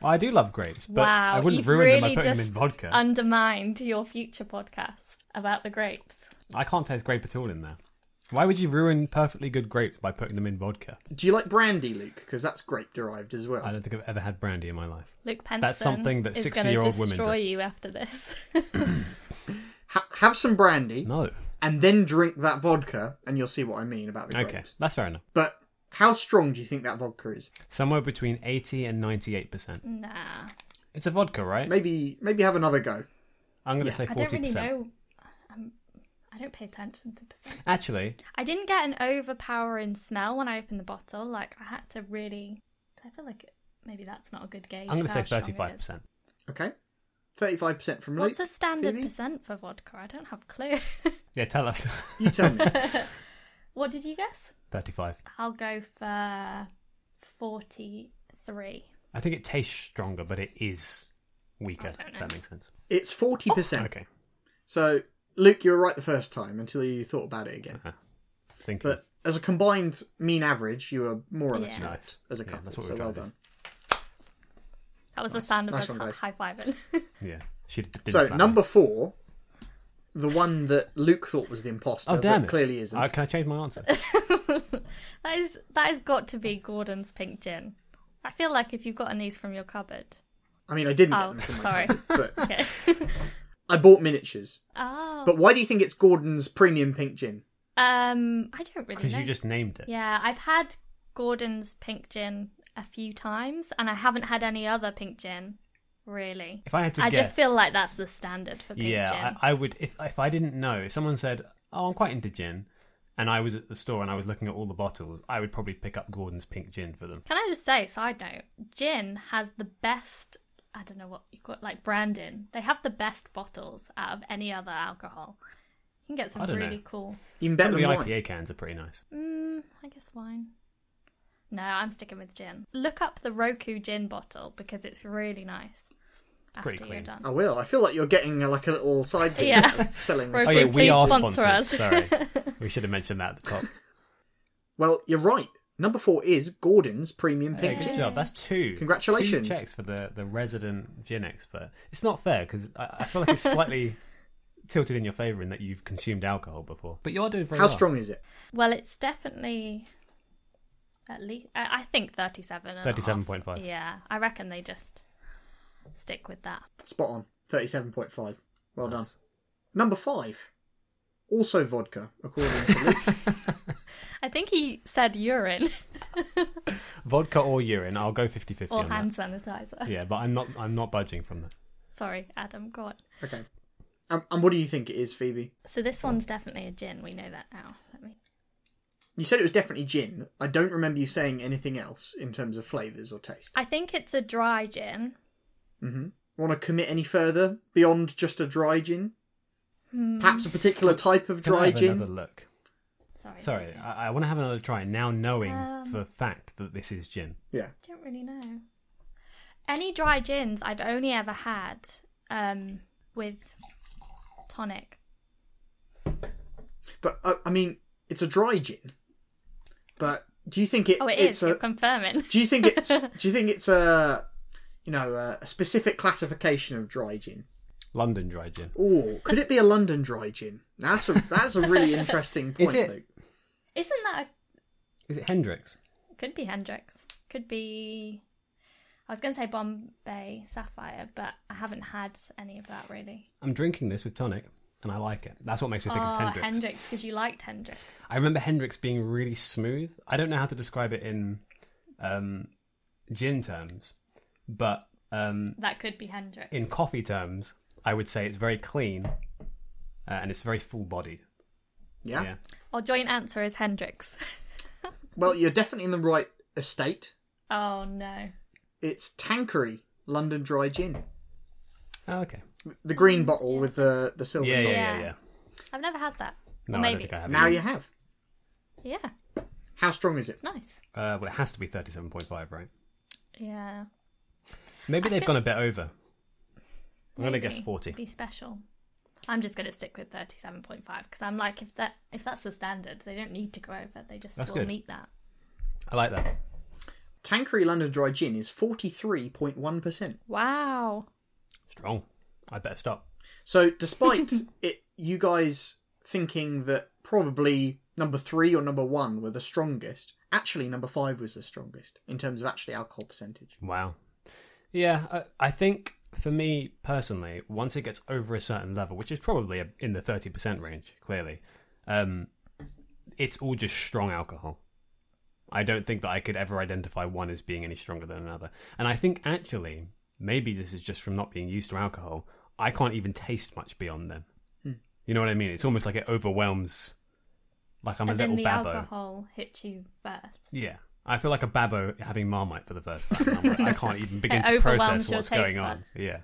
C: Well, I do love grapes, but
B: wow.
C: I wouldn't
B: you've
C: ruin
B: really
C: them by putting
B: just
C: them in vodka.
B: undermined your future podcast about the grapes.
C: I can't taste grape at all in there. Why would you ruin perfectly good grapes by putting them in vodka?
A: Do you like brandy, Luke? Because that's grape derived as well.
C: I don't think I've ever had brandy in my life.
B: Luke Penson
C: something that
B: is going to
C: 60-year-old women
B: destroy
C: do.
B: you after this.
A: Ha- have some brandy
C: No.
A: and then drink that vodka, and you'll see what I mean about the grapes.
C: Okay, that's fair enough.
A: But how strong do you think that vodka is?
C: Somewhere between 80 and 98%.
B: nah.
C: It's a vodka, right?
A: Maybe maybe have another go.
C: I'm going to
A: Yeah.
C: say
B: I
C: 40%.
B: don't really know. Um, I don't pay attention to percent.
C: Actually,
B: I didn't get an overpowering smell when I opened the bottle. Like I had to really. I feel like it, maybe that's not a good gauge.
C: I'm going
B: for
C: to say
B: how strong it is.
C: 35%.
A: Okay, thirty-five percent from Luke.
B: What's a standard
A: Phoebe?
B: percent for vodka? I don't have a clue.
C: Yeah, tell us.
A: You tell me.
B: what did you guess?
C: 35.
B: I'll go for forty-three.
C: I think it tastes stronger, but it is weaker.
B: Oh, I don't know.
C: That makes sense.
A: It's forty percent.
C: Okay.
A: So Luke, you were right the first time until you thought about it
C: Uh-huh.
A: again.
C: Thank you.
A: But as a combined mean average, you were more or less
B: Yeah.
A: right
C: Nice.
A: as a
C: Yeah,
A: couple.
C: that's what
A: so
C: we're
A: well
C: trying
A: done.
B: That was the sound of
A: Nice
B: us
A: one, guys.
B: high fiving.
C: Yeah. She did didn't
A: So
C: slap
A: number
C: me.
A: four, the one that Luke thought was the imposter,
C: Oh, damn
A: but
C: it.
A: clearly isn't.
C: Uh, can I change my answer?
B: that is that has got to be Gordon's pink gin. I feel like if you've gotten these from your cupboard.
A: I mean, I didn't
B: Oh,
A: get them from my
B: sorry.
A: cupboard, but
B: Okay.
A: I bought miniatures.
B: oh.
A: But why do you think it's Gordon's premium pink gin?
B: Um, I don't really
C: Because
B: know.
C: you just named it.
B: Yeah, I've had Gordon's pink gin a few times, and I haven't had any other pink gin, really.
C: If I had to
B: I
C: guess,
B: just feel like that's the standard for pink
C: yeah,
B: gin.
C: I, I would if if I didn't know if someone said, "Oh, I'm quite into gin," and I was at the store and I was looking at all the bottles, I would probably pick up Gordon's pink gin for them.
B: Can I just say, side note, gin has the best. I don't know what you got, like Brandon. They have the best bottles out of any other alcohol. You can get some
C: I don't
B: really
C: know.
B: cool.
A: Even better
C: Some of
A: than
C: the
A: mine.
C: IPA cans are pretty nice.
B: Mm, I guess wine. No, I'm sticking with gin. Look up the Roku gin bottle because it's really nice. After
C: Pretty
B: you're
C: clean.
B: done.
A: I will. I feel like you're getting uh, like a little side gig
B: Yeah.
A: of selling this.
B: Right.
C: Oh
B: Please-
C: yeah, we are
B: please sponsor
C: sponsored. Sorry, we should have mentioned that at the top.
A: Well, you're right. Number four is Gordon's premium
C: Hey,
A: pink
C: good
A: gin.
C: job. That's two.
A: Congratulations.
C: Two checks for the, the resident gin expert. It's not fair because I, I feel like it's slightly tilted in your favour in that you've consumed alcohol before, but you are doing very
A: How
C: well.
A: strong is it?
B: Well, it's definitely at least I, I think 37 and a half.
C: 37.5.
B: Yeah, I reckon they just stick with that.
A: Spot on. 37.5. Well done. Number five. Also vodka, according to Luke.
B: I think he said urine
C: Vodka or urine, I'll go 50-50
B: or
C: on that.
B: hand sanitizer.
C: Yeah, but I'm not I'm not budging from that.
B: Sorry, Adam, go on.
A: Okay. Um, and what do you think it is, Phoebe?
B: So this one's definitely a gin. We know that now. Let me.
A: You said it was definitely gin. I don't remember you saying anything else in terms of flavours or taste.
B: I think it's a dry gin.
A: hmm Want to commit any further beyond just a dry gin?
B: Hmm.
A: Perhaps a particular type of
C: Can I
A: dry
C: have
A: gin?
C: Another look.
B: Sorry.
C: Sorry, I, I want to have another try now, knowing
B: Um,
C: for a fact that this is gin.
A: Yeah.
B: don't really know. Any dry gins I've only ever had um, with tonic.
A: But, uh, I mean, it's a dry gin. But do you think it,
B: Oh, it
A: it's
B: is.
A: a...
B: You're confirming.
A: Do you think it's do you think it's a you know a a specific classification of dry gin?
C: London dry gin.
A: Or could it be a London dry gin? That's a that's a really interesting point.
C: Is it-
A: Luke.
B: Isn't that a...
C: Is it Hendrix?
B: could be Hendrix? Could be. I was going to say Bombay Sapphire, but I haven't had any of that really. Oh,
C: I'm drinking this with tonic, and I like it. That's what makes me think it's Hendrix.
B: Hendrix, because you liked Hendrix.
C: I remember Hendrix being really smooth. I don't know how to describe it in um, gin terms, but um,
B: That could be Hendrix.
C: in coffee terms, I would say it's very clean uh, and it's very full-bodied.
A: Yeah?
B: Our joint answer is Hendrix.
A: Well, you're definitely in the right estate.
B: oh no.
A: It's Tanqueray London dry gin,
C: Oh, okay.
A: the
C: Mm,
A: green bottle with the the silver.
C: Yeah, yeah,
A: top.
C: yeah,
B: Yeah.
C: yeah.
B: I've never had that.
C: No,
B: or
C: I
B: maybe.
C: don't think I have.
A: Now
C: any.
A: you have.
B: Yeah,
A: How strong is it?
B: it's nice.
C: Uh, well, it has to be thirty-seven point five, right?
B: Yeah.
C: Maybe
B: I
C: they've
B: think-
C: gone a bit over. I'm gonna guess
B: Maybe.
C: forty.
B: Be special. I'm just going to stick with 37.5 because I'm like, if that if that's the standard, they don't need to go over. They just
C: That's
B: will
C: good.
B: meet that.
C: I like that.
A: Tanqueray London dry gin is forty three point one percent.
B: Wow.
C: Strong. I better stop.
A: So, despite it, you guys thinking that probably number three or number one were the strongest, actually number five was the strongest in terms of actually alcohol percentage.
C: Wow. Yeah, I, I think for me personally, once it gets over a certain level, which is probably in the thirty percent range, clearly, um, it's all just strong alcohol. I don't think that I could ever identify one as being any stronger than another. And I think actually, maybe this is just from not being used to alcohol. I can't even taste much beyond them.
B: Hmm.
C: You know what I mean? It's almost like it overwhelms. Like I'm
B: As
C: a little
B: in the
C: babbo.
B: alcohol hit you first.
C: Yeah. I feel like a babbo having Marmite for the first time. I'm like, I can't even begin
B: It
C: to process
B: overwhelms your
C: what's
B: taste
C: going on.
B: buds.
C: Yeah.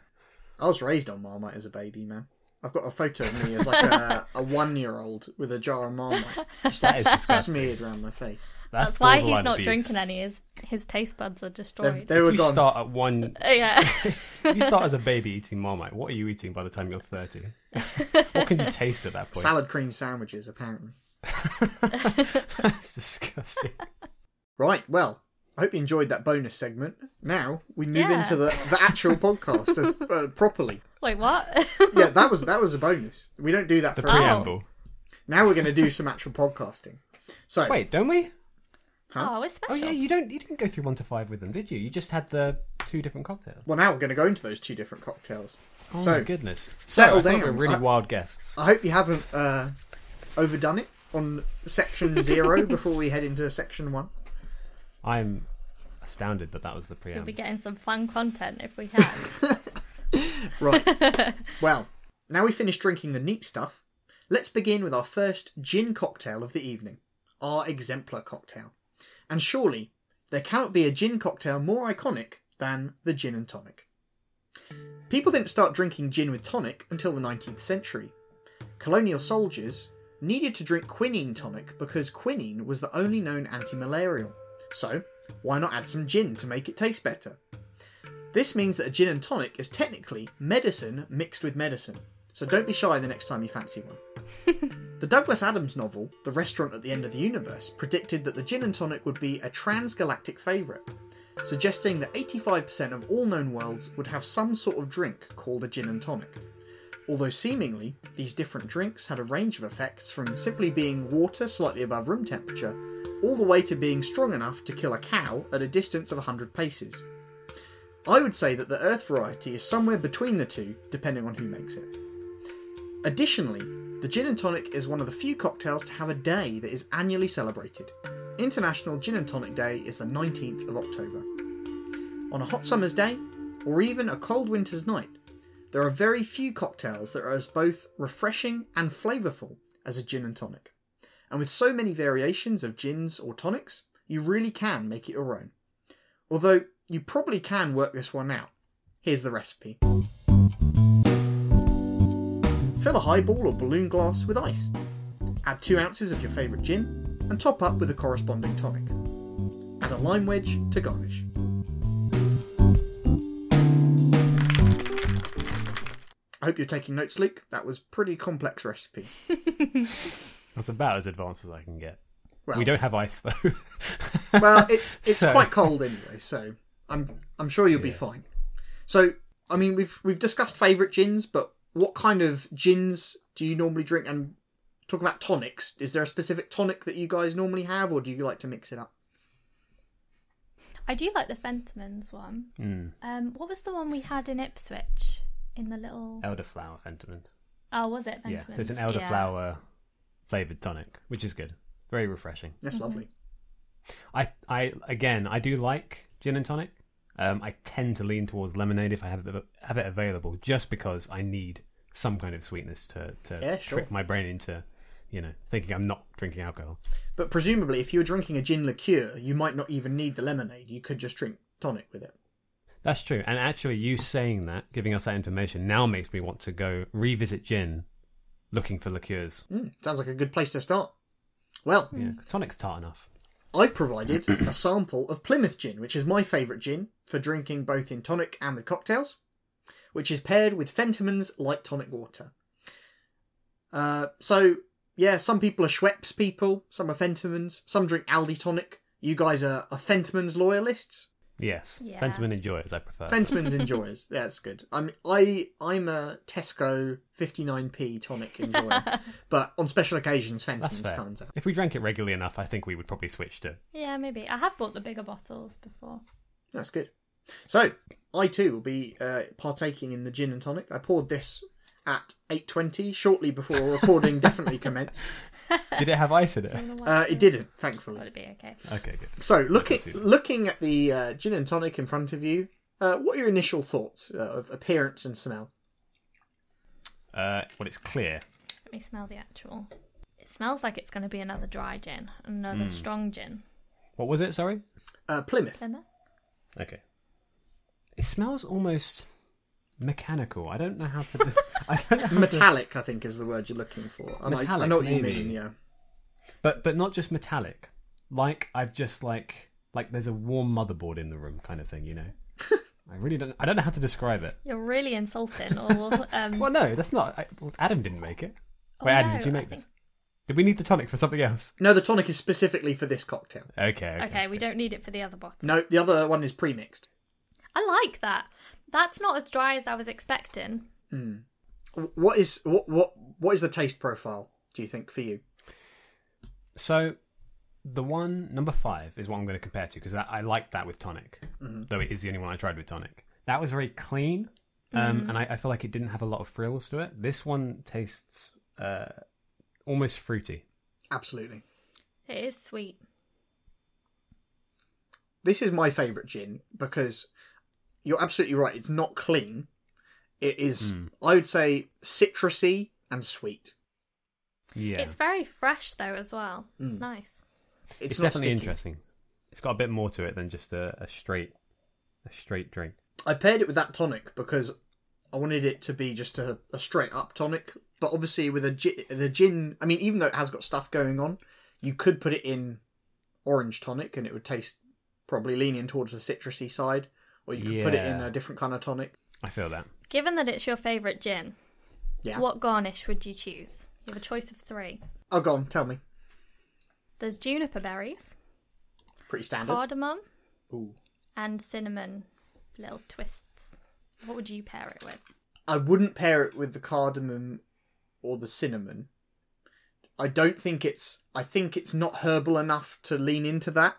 A: I was raised on Marmite as a baby, man. I've got a photo of me as like a, a one year old with a jar of Marmite just
C: That is disgusting.
A: smeared around my face.
B: That's, why he's
C: borderline
B: not
C: abuse.
B: drinking any. His, his taste buds are
A: They,
B: destroyed.
A: they were
C: you
A: gone.
C: start at one.
B: Uh, yeah.
C: You start as a baby eating Marmite. What are you eating by the time you're thirty? what can you taste at that point?
A: Salad cream sandwiches, apparently.
C: That's disgusting.
A: Right, well, I hope you enjoyed that bonus segment. Now we move
B: Yeah.
A: into the, the actual podcast uh, uh, properly.
B: Wait, what?
A: Yeah, that was that was a bonus. We don't do that
C: The
A: for
C: preamble.
A: Now we're going to do some actual podcasting. So
C: Wait, don't we?
B: Oh, we're special.
C: Oh yeah, you don't. You didn't go through one to five with them, did you? You just had the two different cocktails.
A: well, now we're going to go into those two different cocktails.
C: Oh
A: so
C: my goodness!
A: settle
C: so, I
A: down.
C: thought we We're really
A: I-
C: wild guests.
A: I hope you haven't uh, overdone it on section zero before we head into section one.
C: I'm astounded that that was the
B: You'll
C: preamble.
B: be getting some fun content if we have.
A: Right. well, now we finished drinking the neat stuff. Let's begin with our first gin cocktail of the evening, our exemplar cocktail. And surely there cannot be a gin cocktail more iconic than the gin and tonic. People didn't start drinking gin with tonic until the 19th century. Colonial soldiers needed to drink quinine tonic because quinine was the only known anti malarial. So, why not add some gin to make it taste better? This means that a gin and tonic is technically medicine mixed with medicine, so don't be shy the next time you fancy one. the Douglas Adams novel, The Restaurant at the End of the Universe, predicted that the gin and tonic would be a transgalactic favourite, suggesting that 85% of all known worlds would have some sort of drink called a gin and tonic. Although seemingly, these different drinks had a range of effects from simply being water slightly above room temperature, all the way to being strong enough to kill a cow at a distance of 100 paces. I would say that the Earth variety is somewhere between the two, depending on who makes it. Additionally, the gin and tonic is one of the few cocktails to have a day that is annually celebrated. International Gin and Tonic Day is the 19th of October. On a hot summer's day, or even a cold winter's night, there are very few cocktails that are as both refreshing and flavourful as a gin and tonic. And with so many variations of gins or tonics, you really can make it your own. Although you probably can work this one out. Here's the recipe. Fill a highball or balloon glass with ice. Add 2 ounces of your favourite gin and top up with a corresponding tonic. Add a lime wedge to garnish. I hope you're taking notes, Luke. That was pretty complex recipe.
C: That's about as advanced as I can get.
A: Well,
C: we don't have ice though.
A: well, it's it's
C: So-
A: quite cold anyway, so I'm I'm sure you'll be
C: Yeah.
A: fine. So, I mean, we've we've discussed favourite gins, but what kind of gins do you normally drink? And talk about tonics. Is there a specific tonic that you guys normally have, or do you like to mix it up?
B: I do like the Fentimans one.
C: Mm.
B: Um, what was the one we had in Ipswich? In the little
C: Elderflower fentimans.
B: oh, was it Fentimans?
C: Yeah, so it's an
B: Yeah.
C: elderflower flavored tonic, which is good. Very refreshing.
A: That's lovely.
C: I, I again, I do like gin and tonic. Um, I tend to lean towards lemonade if I have it, have it available, just because I need some kind of sweetness to to
A: Yeah, sure.
C: trick my brain into, you know, thinking I'm not drinking alcohol.
A: But presumably, if you're drinking a gin liqueur, you might not even need the lemonade. You could just drink tonic with it.
C: That's true. And actually, you saying that, giving us that information, now makes me want to go revisit gin, looking for liqueurs.
A: Mm, sounds like a good place to start. Well,
C: Yeah, 'cause tonic's tart enough.
A: I've provided a sample of Plymouth gin, which is my favourite gin for drinking both in tonic and with cocktails, which is paired with Fentiman's light tonic water. Uh, so, yeah, some people are Schweppes people, some are Fentiman's, some drink Aldi tonic. You guys are, are Fentiman's loyalists.
C: Yes,
B: Yeah.
C: Fentiman enjoyers. I prefer.
A: Fentiman's enjoyers. That's good. I'm I I'm a Tesco 59p tonic enjoyer, but on special occasions,
C: That's
A: Fentiman's
C: fair.
A: comes out.
C: If we drank it regularly enough, I think we would probably switch to
B: Yeah, maybe. I have bought the bigger bottles before.
A: That's good. So I too will be uh, partaking in the gin and tonic. I poured this at eight twenty, shortly before recording definitely commenced.
C: Did it have ice in
B: Do you
C: it?
B: wanna
A: Uh,
B: wipe
A: it didn't, thankfully.
B: Would it be okay?
C: Okay, good.
A: So looking
C: Looking to-
A: looking at the uh, gin and tonic in front of you, uh, what are your initial thoughts uh, of appearance and smell?
C: Uh, well, it's clear.
B: Let me smell the actual. It smells like it's going to be another dry gin, another
A: Hmm.
B: strong gin.
C: What was it? Sorry.
A: Uh, Plymouth.
B: Plymouth?
C: Okay. It smells almost mechanical. I don't know how to. I don't know how to-
A: Metallic, I think, is the word you're looking for. And I, I
C: Metallic,
A: know what you
C: maybe.
A: mean, yeah.
C: but but not just metallic. Like I've just like like there's a warm motherboard in the room kind of thing. You know. I really don't. I don't know how to describe it.
B: You're really insulting. Or um,
C: Well, no, that's not. I, well, Adam didn't make it.
B: Oh,
C: Wait, Adam,
B: no,
C: did you
B: I
C: make this?
B: think-
C: Did we need the tonic for something else?
A: No, the tonic is specifically for this cocktail.
C: Okay. Okay.
B: Okay, we don't need it for the other bottle.
A: No, the other one is pre mixed.
B: I like that. That's not as dry as I was expecting.
A: What is what what what is the taste profile, do you think, for you?
C: So, the one number five is what I'm going to compare to because I, I like that with tonic,
A: Mm-hmm.
C: though it is the only one I tried with tonic. That was very clean, um,
B: Mm.
C: and I, I feel like it didn't have a lot of frills to it. This one tastes uh, almost fruity.
A: Absolutely.
B: It is sweet.
A: this is my favorite gin because you're absolutely right it's not clean it is
C: Hmm.
A: i would say citrusy and sweet
C: Yeah,
B: It's very fresh though as well. It's
A: Mm.
B: nice.
A: it's,
C: It's
A: not
C: definitely
A: sticky.
C: interesting. It's got a bit more to it than just a, a straight, a straight drink.
A: i paired it with that tonic because i wanted it to be just a, a straight up tonic but obviously with a gin, the gin i mean even though it has got stuff going on you could put it in orange tonic and it would taste probably leaning towards the citrusy side or you could put it in
C: Yeah.
A: a different kind of tonic
C: I feel that.
B: Given that it's your favourite gin,
A: yeah
B: what garnish would you choose? You have a choice of three.
A: oh go on tell me
B: There's juniper berries,
A: pretty standard
B: cardamom,
A: Ooh.
B: and cinnamon little twists. What would you pair it with?
A: I wouldn't pair it with the cardamom or the cinnamon. I don't think it's. I think it's not herbal enough to lean into that.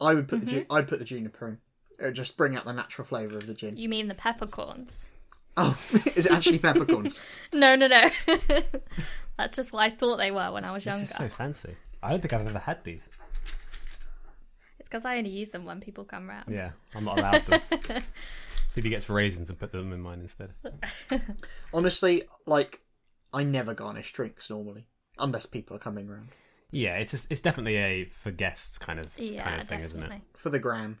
A: I would put the ju- I'd put the juniper in. It would just bring out the natural flavour of the gin.
B: You mean the peppercorns?
A: Oh, is it actually peppercorns?
B: No, no, no. That's just what I thought they were when I was
C: This
B: younger.
C: is so fancy. I don't think I've ever had these.
B: It's because I only use them when people come round.
C: Yeah, I'm not allowed them. Phoebe gets raisins and put them in mine instead.
A: Honestly, like I never garnish drinks normally, unless people are coming round
C: Yeah, it's just, it's definitely a for guests kind of
B: Yeah,
C: kind of thing,
B: definitely.
C: isn't it?
A: for the gram.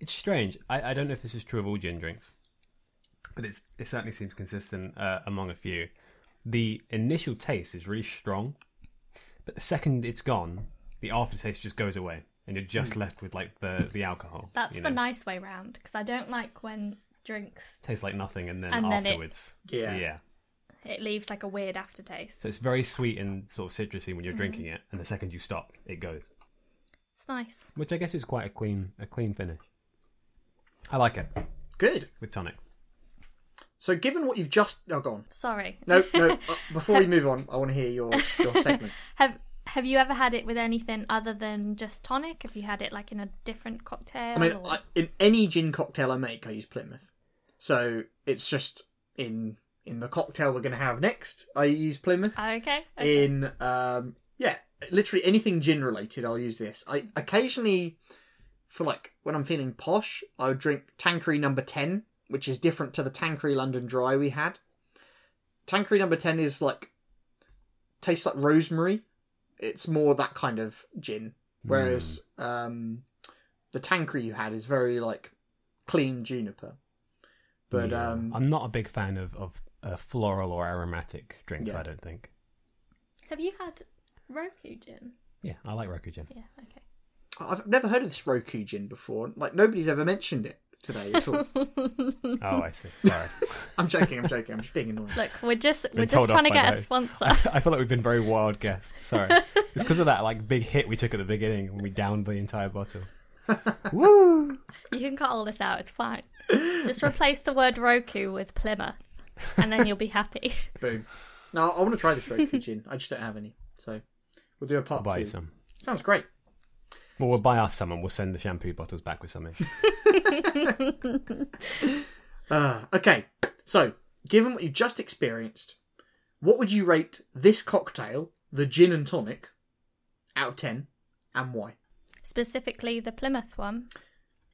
C: It's strange. I, I don't know if this is true of all gin drinks, but it's it certainly seems consistent uh, among a few. The initial taste is really strong, but the second it's gone, the aftertaste just goes away, and you're just left with like the the alcohol.
B: Hmm. That's
C: you
B: the
C: know.
B: nice way round because I don't like when drinks
C: Tastes like nothing, and then
B: And then it-
C: afterwards,
A: Yeah.
C: yeah.
B: it leaves like a weird aftertaste.
C: So it's very sweet and sort of citrusy when you're
B: Mm-hmm.
C: drinking it, and the second you stop, it goes.
B: It's nice.
C: Which I guess is quite a clean a clean finish. I like it
A: Good.
C: with tonic.
A: So, given what you've just oh, go on.
B: Sorry.
A: No, no. uh, before we move on, I want to hear your your segment.
B: Have Have you ever had it with anything other than just tonic? Have you had it like in a different cocktail?
A: I mean,
B: or-
A: I, in any gin cocktail I make, I use Plymouth. So it's just in in the cocktail we're going to have next. I use Plymouth.
B: Oh, okay. okay.
A: in um yeah literally anything gin related i'll use this i
C: Mm-hmm.
A: occasionally for like when i'm feeling posh i would drink tankery number 10 which is different to the tankery london dry we had tankery number 10 is like tastes like rosemary it's more that kind of gin whereas
C: Mm.
A: um the tankery you had is very like clean juniper but
C: Yeah.
A: um
C: I'm not a big fan of of uh, floral or aromatic drinks.
A: Yeah.
C: I don't think.
B: Have you had Roku gin?
C: Yeah, I like Roku gin.
B: Yeah. Okay.
A: i've never heard of this roku gin before like nobody's ever mentioned it today at all
C: oh, I see. Sorry,
A: I'm joking. I'm joking. I'm just being annoying.
B: Look, we're just we're
C: Been
B: just
C: told
B: trying to
C: off by
B: get
C: those.
B: a sponsor.
C: I, I feel like we've been very wild guests. Sorry, it's because of that like big hit we took at the beginning when we downed the entire bottle. Woo!
B: you can cut all this out. It's fine. Just replace the word Roku with Plymouth, and then you'll be happy.
A: Boom. No, I want to try this Roku gin. I just don't have any, so we'll do a part
C: I'll buy you
A: two.
C: some.
A: Sounds great.
C: Well, we'll buy us some, and we'll send the shampoo bottles back with something.
A: Uh, okay, so given what you've just experienced, what would you rate this cocktail, the gin and tonic, out of ten, and why,
B: Specifically, the Plymouth one.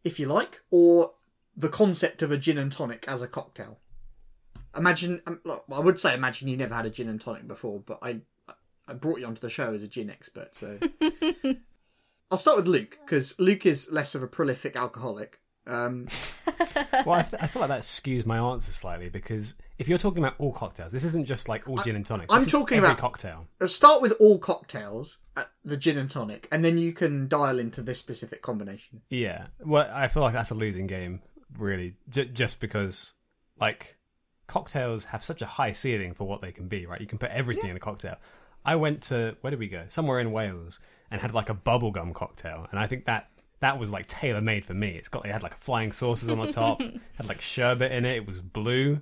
A: if you like, or the concept of a gin and tonic as a cocktail? Imagine, um, look, I would say imagine you never had a gin and tonic before, but I, I brought you onto the show as a gin expert, so. I'll start with Luke because Luke is less of a prolific alcoholic. Um,
C: well, I, th- I feel like that skews my answer slightly because if you're talking about all cocktails, this isn't just like all gin and tonic.
A: I'm
C: This is
A: talking
C: every
A: about-
C: cocktail.
A: I'll uh, start with all cocktails at the gin and tonic, and then you can dial into this specific combination.
C: Yeah. Well, I feel like that's a losing game, really, J- just because, like, cocktails have such a high ceiling for what they can be, right? You can put everything in a cocktail. I went to, where did we go? Somewhere in Wales and had, like, a bubblegum cocktail. And I think that. That was like tailor made for me. It's got it had like flying saucers on the top, had like sherbet in it. It was blue.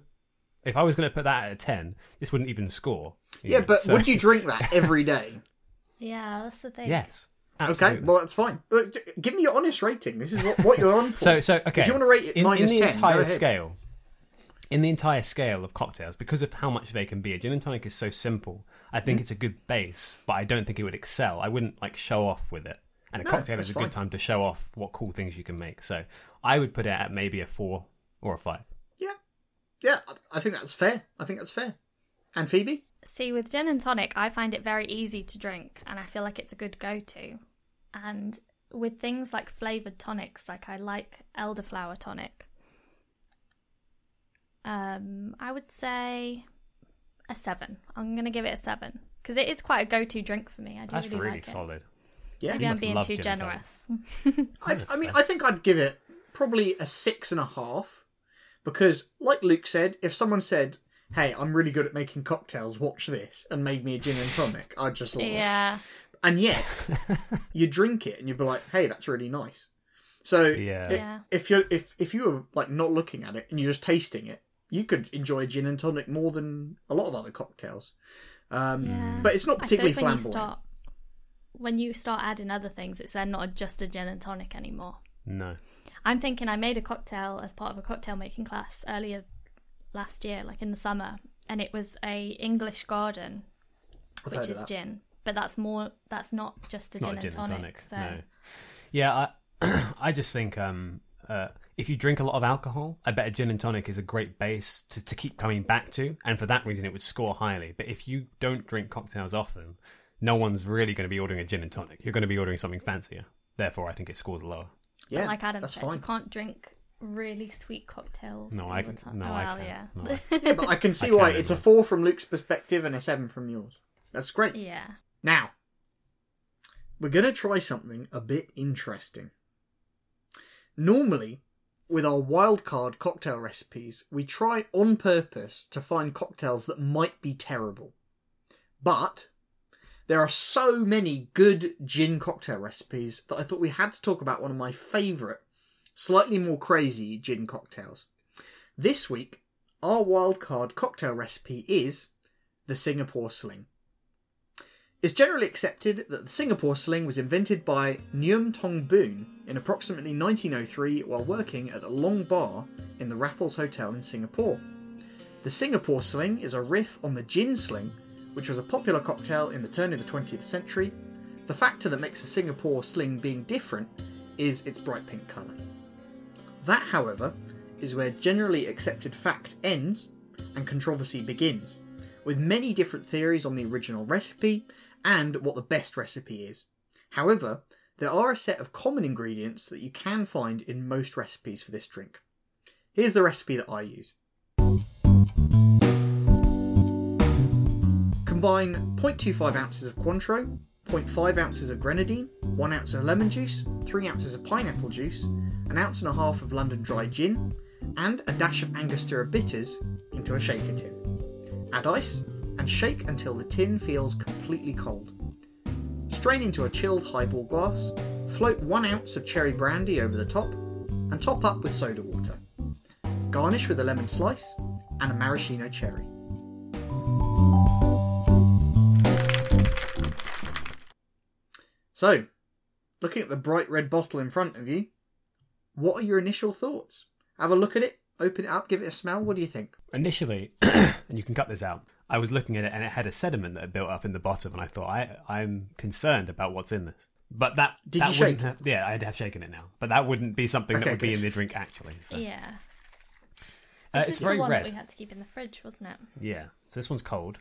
C: If I was going to put that at a ten, this wouldn't even score. you
A: Yeah,
C: know,
A: but
C: so-
A: would you drink that every day?
B: Yeah, that's the thing.
C: Yes, absolutely.
A: okay, well that's fine. Look, g- Give me your honest rating. This is what, what you're on for.
C: So, so okay.
A: If you want to rate it
C: in,
A: minus
C: in the
A: 10,
C: entire
A: go ahead.
C: scale, in the entire scale of cocktails, because of how much they can be, a gin and tonic is so simple. I think
A: Mm.
C: it's a good base, but I don't think it would excel. I wouldn't like show off with it. And a
A: No,
C: cocktail is
A: that's
C: a
A: fine.
C: good time to show off what cool things you can make. So I would put it at maybe a four or a five.
A: Yeah, yeah. I- I think that's fair. I think that's fair. And Phoebe,
B: See, with gin and tonic, I find it very easy to drink, and I feel like it's a good go to. And with things like flavoured tonics, like I like elderflower tonic, um, I would say a seven. I'm going to give it a seven because it is quite a go to drink for me. I do
C: That's
B: really,
C: really
B: like it.
C: solid.
A: yeah.
B: Maybe
C: You
B: I'm
C: must
B: being
C: love
B: too
C: gin and tonic.
B: generous.
A: I, I mean, I think I'd give it probably a six and a half because, like Luke said, if someone said, "Hey, I'm really good at making cocktails. Watch this," and made me a gin and tonic, I'd just laugh.
B: yeah.
A: And yet, you drink it and you'd be like, "Hey, that's really nice." So
C: Yeah.
A: i-
B: Yeah.
A: if you are if if you were like not looking at it and you're just tasting it, you could enjoy gin and tonic more than a lot of other cocktails. Um,
B: Yeah.
A: But it's not
B: I
A: particularly
B: suppose when you
A: flamboyant.
B: start when you start adding other things, it's then not just a gin and tonic anymore.
C: No.
B: I'm thinking I made a cocktail as part of a cocktail making class earlier last year, like in the summer, and it was a English garden,
A: I've heard
B: which
A: of
B: is
A: that.
B: gin, but that's more that's not just a,
C: It's
B: gin,
C: not a
B: and
C: gin and
B: tonic,
C: tonic.
B: So
C: No. Yeah, I, I just think um, uh, if you drink a lot of alcohol, I bet a gin and tonic is a great base to, to keep coming back to, and for that reason, it would score highly. But if you don't drink cocktails often, no one's really going to be ordering a gin and tonic. You're going to be ordering something fancier. Therefore, I think it scores lower.
A: Yeah,
B: like Adam
A: that's
B: said,
A: fine.
B: you can't drink really sweet cocktails.
C: No,
B: all
C: I
B: the
C: can.
B: time.
C: No,
B: oh,
C: I
B: well,
C: can.
B: Yeah,
C: No, I-
A: Yeah, but I can see
C: I
A: why
C: can,
A: it's a
C: yeah.
A: four from Luke's perspective and a seven from yours. That's great.
B: yeah.
A: Now, we're going to try something a bit interesting. Normally, with our wildcard cocktail recipes, we try on purpose to find cocktails that might be terrible. But there are so many good gin cocktail recipes that I thought we had to talk about one of my favourite, slightly more crazy gin cocktails. This week, our wildcard cocktail recipe is the Singapore Sling. It's generally accepted that the Singapore sling was invented by Ngium Tong Boon in approximately 1903 while working at the Long Bar in the Raffles Hotel in Singapore. The Singapore sling is a riff on the gin sling, which was a popular cocktail in the turn of the 20th century. The factor that makes the Singapore sling being different is its bright pink colour. That, however, is where generally accepted fact ends and controversy begins, with many different theories on the original recipe and what the best recipe is. However, there are a set of common ingredients that you can find in most recipes for this drink. Here's the recipe that I use. Combine 0.25 ounces of Cointreau, 0.5 ounces of grenadine, 1 ounce of lemon juice, 3 ounces of pineapple juice, an ounce and a half of London dry gin, and a dash of Angostura bitters into a shaker tin. Add ice and shake until the tin feels completely cold. Strain into a chilled highball glass, float 1 ounce of cherry brandy over the top, and top up with soda water. Garnish with a lemon slice and a maraschino cherry. So, looking at the bright red bottle in front of you, what are your initial thoughts? Have a look at it, open it up, give it a smell. What do you think?
C: Initially, and you can cut this out. I was looking at it, and it had a sediment that had built up in the bottom, and I thought, I, I'm concerned about what's in this. But that
A: Did
C: that
A: you
C: wouldn't
A: shake?
C: Have, yeah, I'd have shaken it now. But that wouldn't be something
A: Okay,
C: that would be
A: good.
C: in the drink actually. So.
B: Yeah.
C: Uh,
B: This
C: it's
B: is
C: very
B: the one
C: red.
B: that we had to keep in the fridge, wasn't it?
C: Yeah. So this one's cold.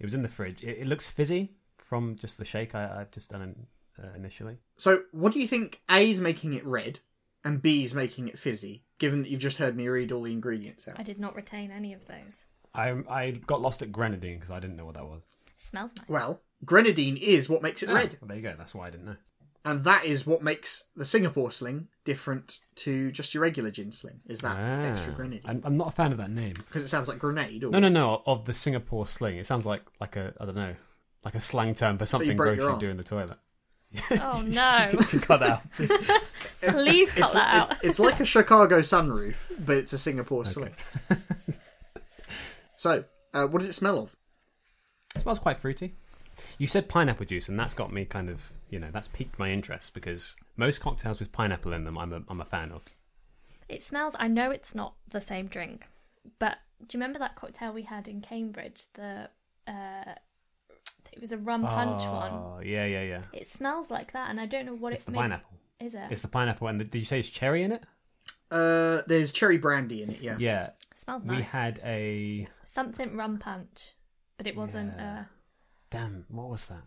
C: It was in the fridge. It, it looks fizzy from just the shake I, I've just done in, uh, initially.
A: So, what do you think A is making it red and B is making it fizzy, given that you've just heard me read all the ingredients
B: I
A: out?
B: did not retain any of those.
C: I I got lost at grenadine because I didn't know what that was.
B: Smells nice.
A: Well, grenadine is what makes it red,
C: Ah, well, there you go. That's why I didn't know.
A: and that is what makes the Singapore sling different to just your regular gin sling, is that
C: Ah.
A: extra grenadine.
C: I'm, I'm not a fan of that name.
A: Because it sounds like grenade or
C: No, no, no. Of the Singapore sling. It sounds like like a I don't know like a slang term for something
A: broke your
C: gross you
A: arm.
C: do in the toilet.
B: Oh no!
C: You can cut out.
B: Please cut
A: It's,
B: that out.
A: it- it's like a Chicago sunroof, but it's a Singapore sling. so, uh, what does it smell of?
C: It smells quite fruity. You said pineapple juice, and that's got me kind of, you know, that's piqued my interest because most cocktails with pineapple in them, I'm a, I'm a fan of.
B: It smells. I know it's not the same drink, but do you remember that cocktail we had in Cambridge? The uh, it was a rum punch
A: Ah,
B: one.
C: Oh, Yeah, yeah, yeah.
B: It smells like that, and I don't know what
C: it's
B: it's
C: the
B: made-
C: pineapple.
B: Is it?
C: It's the pineapple, and the, did you say it's cherry in it?
A: Uh, there's cherry brandy in it, yeah.
C: Yeah.
B: smells
C: We
B: nice.
C: had a
B: Something rum punch, but it wasn't.
C: Yeah.
B: Uh,
C: damn. What was that?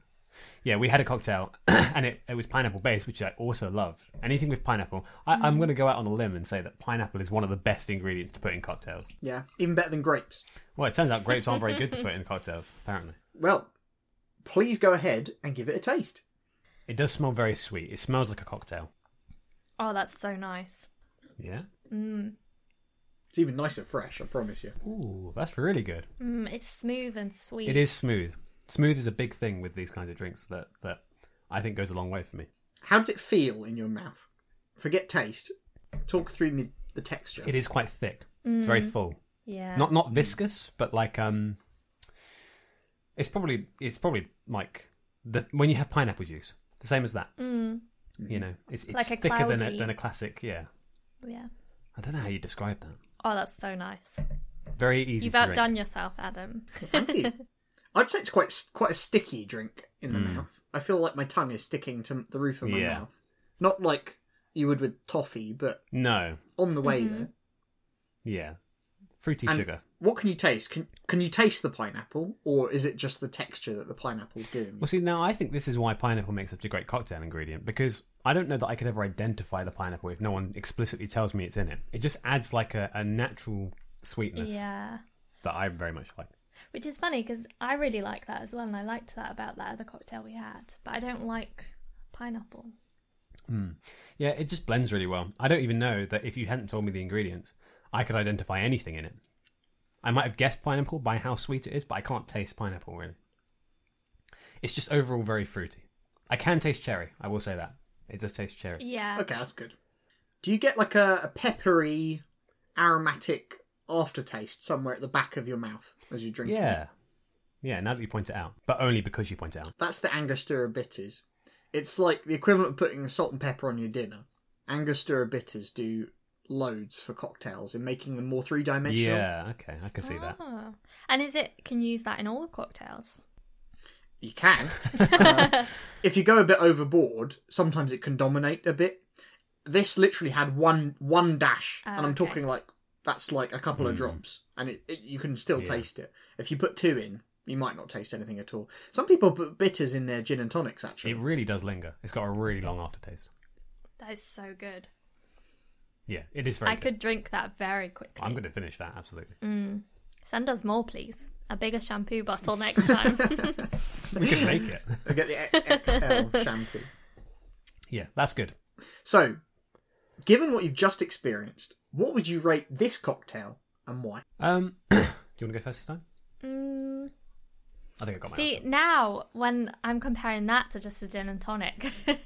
C: Yeah, we had a cocktail, and it, it was pineapple based, which I also loved. Anything with pineapple, I, I'm going to go out on a limb and say that pineapple is one of the best ingredients to put in cocktails.
A: Yeah, even better than grapes.
C: Well, it turns out grapes aren't very good to put in cocktails. Apparently,
A: Well, please go ahead and give it a taste.
C: it does smell very sweet. It smells like a cocktail.
B: oh, that's so nice.
C: Yeah.
B: Mm,
A: It's even nicer fresh, I promise you.
C: Ooh, that's really good.
B: mm, it's smooth and sweet.
C: It is smooth. Smooth is a big thing with these kinds of drinks that that I think goes a long way for me.
A: How does it feel in your mouth? Forget taste. Talk through me the texture.
C: It is quite thick. It's very full.
B: Yeah.
C: Not not viscous, but like um, it's probably it's probably like the when you have pineapple juice, the same as that.
B: Mm,
C: You know, it's it's
B: Like a
C: thicker than a
B: cloudy.
C: than a classic. Yeah,
B: yeah.
C: I don't know how you describe that.
B: Oh, that's so nice.
C: Very easy.
B: You've
C: to drink.
B: outdone yourself, Adam.
A: Thank you. I'd say it's quite s- quite a sticky drink in the mouth. I feel like my tongue is sticking to the roof of my
C: Hmm. Yeah.
A: mouth. Not like you would with toffee, but
C: No,
A: on the way there.
C: yeah, fruity
A: And
C: sugar.
A: What can you taste? Can can you taste the pineapple, or is it just the texture that the pineapple's giving?
C: Well, see, now I think this is why pineapple makes such a great cocktail ingredient because I don't know that I could ever identify the pineapple if no one explicitly tells me it's in it. It just adds like a, a natural sweetness
B: Yeah.
C: that I very much like.
B: Which is funny because I really like that as well, and I liked that about that other cocktail we had. But I don't like pineapple.
C: Yeah, it just blends really well. I don't even know that if you hadn't told me the ingredients, I could identify anything in it. I might have guessed pineapple by how sweet it is, but I can't taste pineapple really. It's just overall very fruity. I can taste cherry. I will say that it does taste cherry.
B: Yeah.
A: okay, that's good. Do you get like a, a peppery, aromatic aftertaste somewhere at the back of your mouth as you drink? it?
C: Yeah, yeah. Now that you point it out, but only because you point it out.
A: That's the Angostura bitters. It's like the equivalent of putting salt and pepper on your dinner. Angostura bitters do loads for cocktails in making them more three dimensional.
C: Yeah, okay, I can see that.
B: Ah. And is it can you use that in all cocktails?
A: You can. Uh, if you go a bit overboard, sometimes it can dominate a bit. This literally had one one dash,
B: Ah,
A: and I'm
B: okay.
A: talking like that's like a couple of drops, and it, it, you can still
C: Hmm. Yeah.
A: taste it. If you put two in, you might not taste anything at all. Some people put bitters in their gin and tonics. Actually,
C: It really does linger. It's got a really long aftertaste.
B: That is so good.
C: Yeah, it is very.
B: I
C: good.
B: could drink that very quickly.
C: I'm going to finish that absolutely.
B: Mm. Send us more, please. A bigger shampoo bottle next time.
C: We could make it.
A: I get the XXL shampoo.
C: Yeah, that's good.
A: So, given what you've just experienced, what would you rate this cocktail and why?
C: Um, do you want to go first this time?
B: mm,
C: I think I got my.
B: see now when I'm comparing that to just a gin and tonic.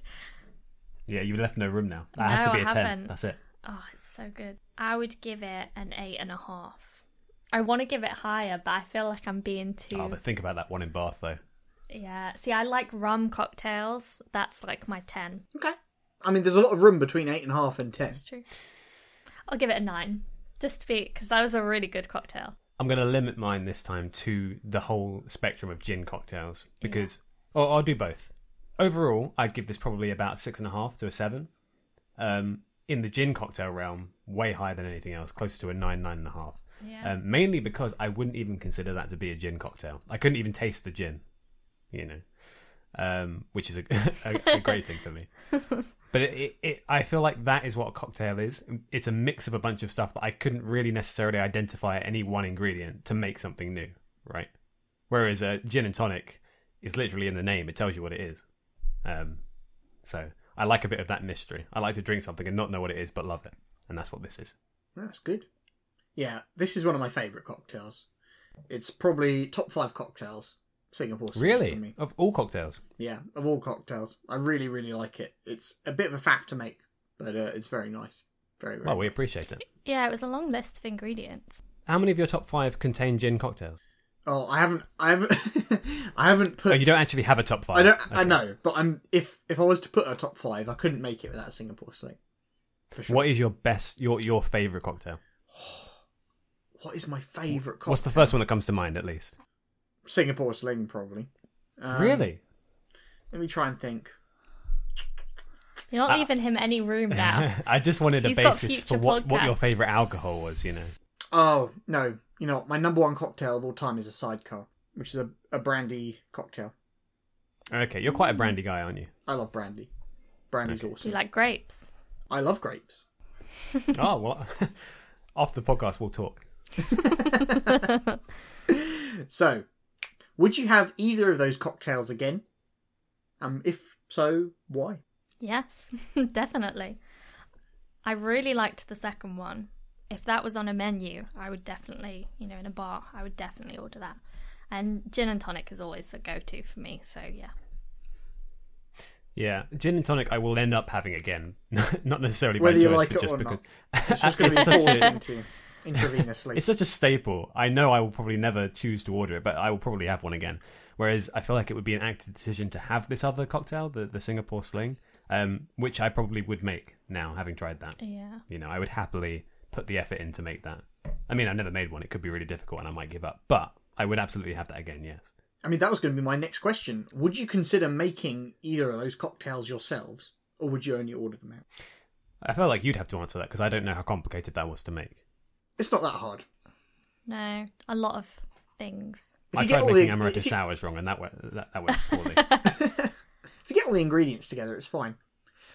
C: Yeah, you left no room now. That has
B: No,
C: to be
B: I
C: a ten.
B: haven't.
C: That's it.
B: oh, it's so good. I would give it an eight and a half. I want to give it higher, but I feel like I'm being too.
C: Oh, but think about that one in Bath though.
B: Yeah. See, I like rum cocktails. That's like my 10.
A: Okay. I mean, there's a lot of room between eight and a half and ten.
B: It's true. I'll give it a 9. Just to be, because that was a really good cocktail.
C: I'm going to limit mine this time to the whole spectrum of gin cocktails because, or I'll do both. Overall, I'd give this probably about six and a half to a seven. Um, in the gin cocktail realm, way higher than anything else, closer to a nine, nine and a half.
B: Yeah.
C: Um, mainly because I wouldn't even consider that to be a gin cocktail. I couldn't even taste the gin, you know, um, which is a, a, a great thing for me. But it, it, it, I feel like that is what a cocktail is. It's a mix of a bunch of stuff that I couldn't really necessarily identify any one ingredient to make something new, right? Whereas a gin and tonic is literally in the name; it tells you what it is. Um, so I like a bit of that mystery. I like to drink something and not know what it is, but love it, and that's what this is.
A: That's good. Yeah, this is one of my favourite cocktails. It's probably top five cocktails. Singapore. style For me.
C: of all cocktails.
A: Yeah, of all cocktails. I really, really like it. It's a bit of a faff to make, but uh, it's very nice. Very, very
C: Well, Oh, we appreciate it.
B: Yeah, it was a long list of ingredients.
C: How many of your top five contain gin cocktails?
A: Oh, I haven't, I haven't, I haven't put.
C: Oh, you don't actually have a top five.
A: I don't. I
C: Okay.
A: know, but I'm. If if I was to put a top five, I couldn't make it without Singapore sling. For sure.
C: What is your best, your your favorite cocktail?
A: what is my favourite cocktail?
C: What's the first one that comes to mind, at least?
A: Singapore Sling, probably. Um,
C: really?
A: Let me try and think.
B: You're not
C: Uh,
B: leaving him any room now.
C: I just wanted a
B: He's got
C: basis for
B: future
C: what, what your
B: podcasts.
C: favorite alcohol was. You know,
A: Oh no, you know what? my number one cocktail of all time is a sidecar, which is a, a brandy cocktail.
C: okay, you're quite a brandy guy, aren't you?
A: I love brandy. Brandy's
B: Do
A: awesome.
B: you like grapes?
A: I love grapes.
C: oh well, after the podcast we'll talk.
A: So, would you have either of those cocktails again? Um, if so, why?
B: Yes, definitely. I really liked the second one. If that was on a menu, I would definitely, you know, in a bar, I would definitely order that. And gin and tonic is always a go to for me. So, yeah.
C: Yeah, gin and tonic. I will end up having again, not necessarily
A: Whether
C: by
A: you
C: choice,
A: like
C: but
A: it
C: just
A: or
C: because
A: not. It's just going to be
C: It's such a-
A: forced into you. intravenously.
C: It's such a staple. I know I will probably never choose to order it, but I will probably have one again. Whereas I feel like it would be an active decision to have this other cocktail, the, the Singapore Sling, um, which I probably would make now, having tried that.
B: Yeah.
C: You know, I would happily put the effort in to make that. I mean, I've never made one. It could be really difficult and I might give up, but I would absolutely have that again, yes.
A: I mean, that was going to be my next question. Would you consider making either of those cocktails yourselves, or would you only order them out?
C: I felt like you'd have to answer that because I don't know how complicated that was to make.
A: It's not that hard.
B: No, a lot of things.
A: If
C: I
A: you get
C: tried
A: all
C: making
A: the-
C: amaretto
A: if you-
C: sours wrong, and that went that, that went poorly.
A: If you get all the ingredients together, it's fine.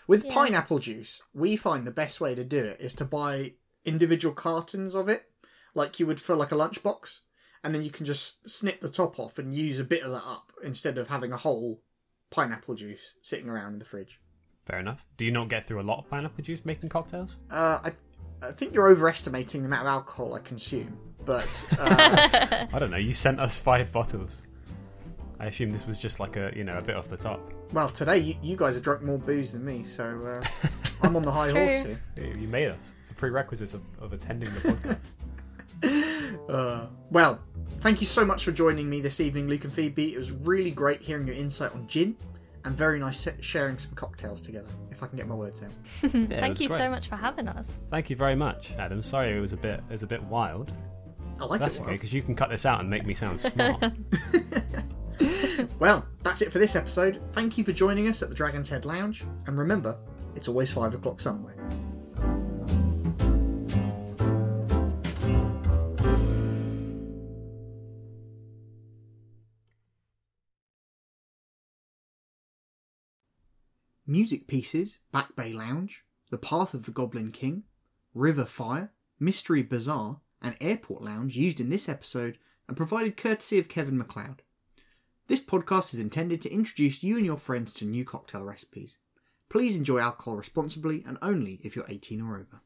A: With
B: Yeah.
A: pineapple juice, we find the best way to do it is to buy individual cartons of it, like you would for like a lunchbox, and then you can just snip the top off and use a bit of that up instead of having a whole pineapple juice sitting around in the fridge.
C: Fair enough. Do you not get through a lot of pineapple juice making cocktails?
A: Uh, I, I think you're overestimating the amount of alcohol I consume, but uh,
C: I don't know. You sent us five bottles. I assume this was just like a you know a bit off the top.
A: well, today you, you guys have drunk more booze than me, so uh, I'm on the high
B: True.
A: horse here.
C: You you made us. It's a prerequisite of, of attending the podcast.
A: Uh, well, thank you so much for joining me this evening, Luke and Phoebe. It was really great hearing your insight on gin and very nice se- sharing some cocktails together, if I can get my words out.
B: Thank you so much for having us.
C: Thank you very much, Adam. Sorry, it was a bit it was a bit wild.
A: I like
C: That's
A: it.
C: okay
A: Well.
C: because you can cut this out and make me sound smart.
A: well, that's it for this episode. Thank you for joining us at the Dragon's Head Lounge, and remember, it's always five o'clock somewhere. Music pieces Back Bay Lounge, The Path of the Goblin King, River Fire, Mystery Bazaar, and Airport Lounge used in this episode and provided courtesy of Kevin McLeod. This podcast is intended to introduce you and your friends to new cocktail recipes. Please enjoy alcohol responsibly and only if you're 18 or over.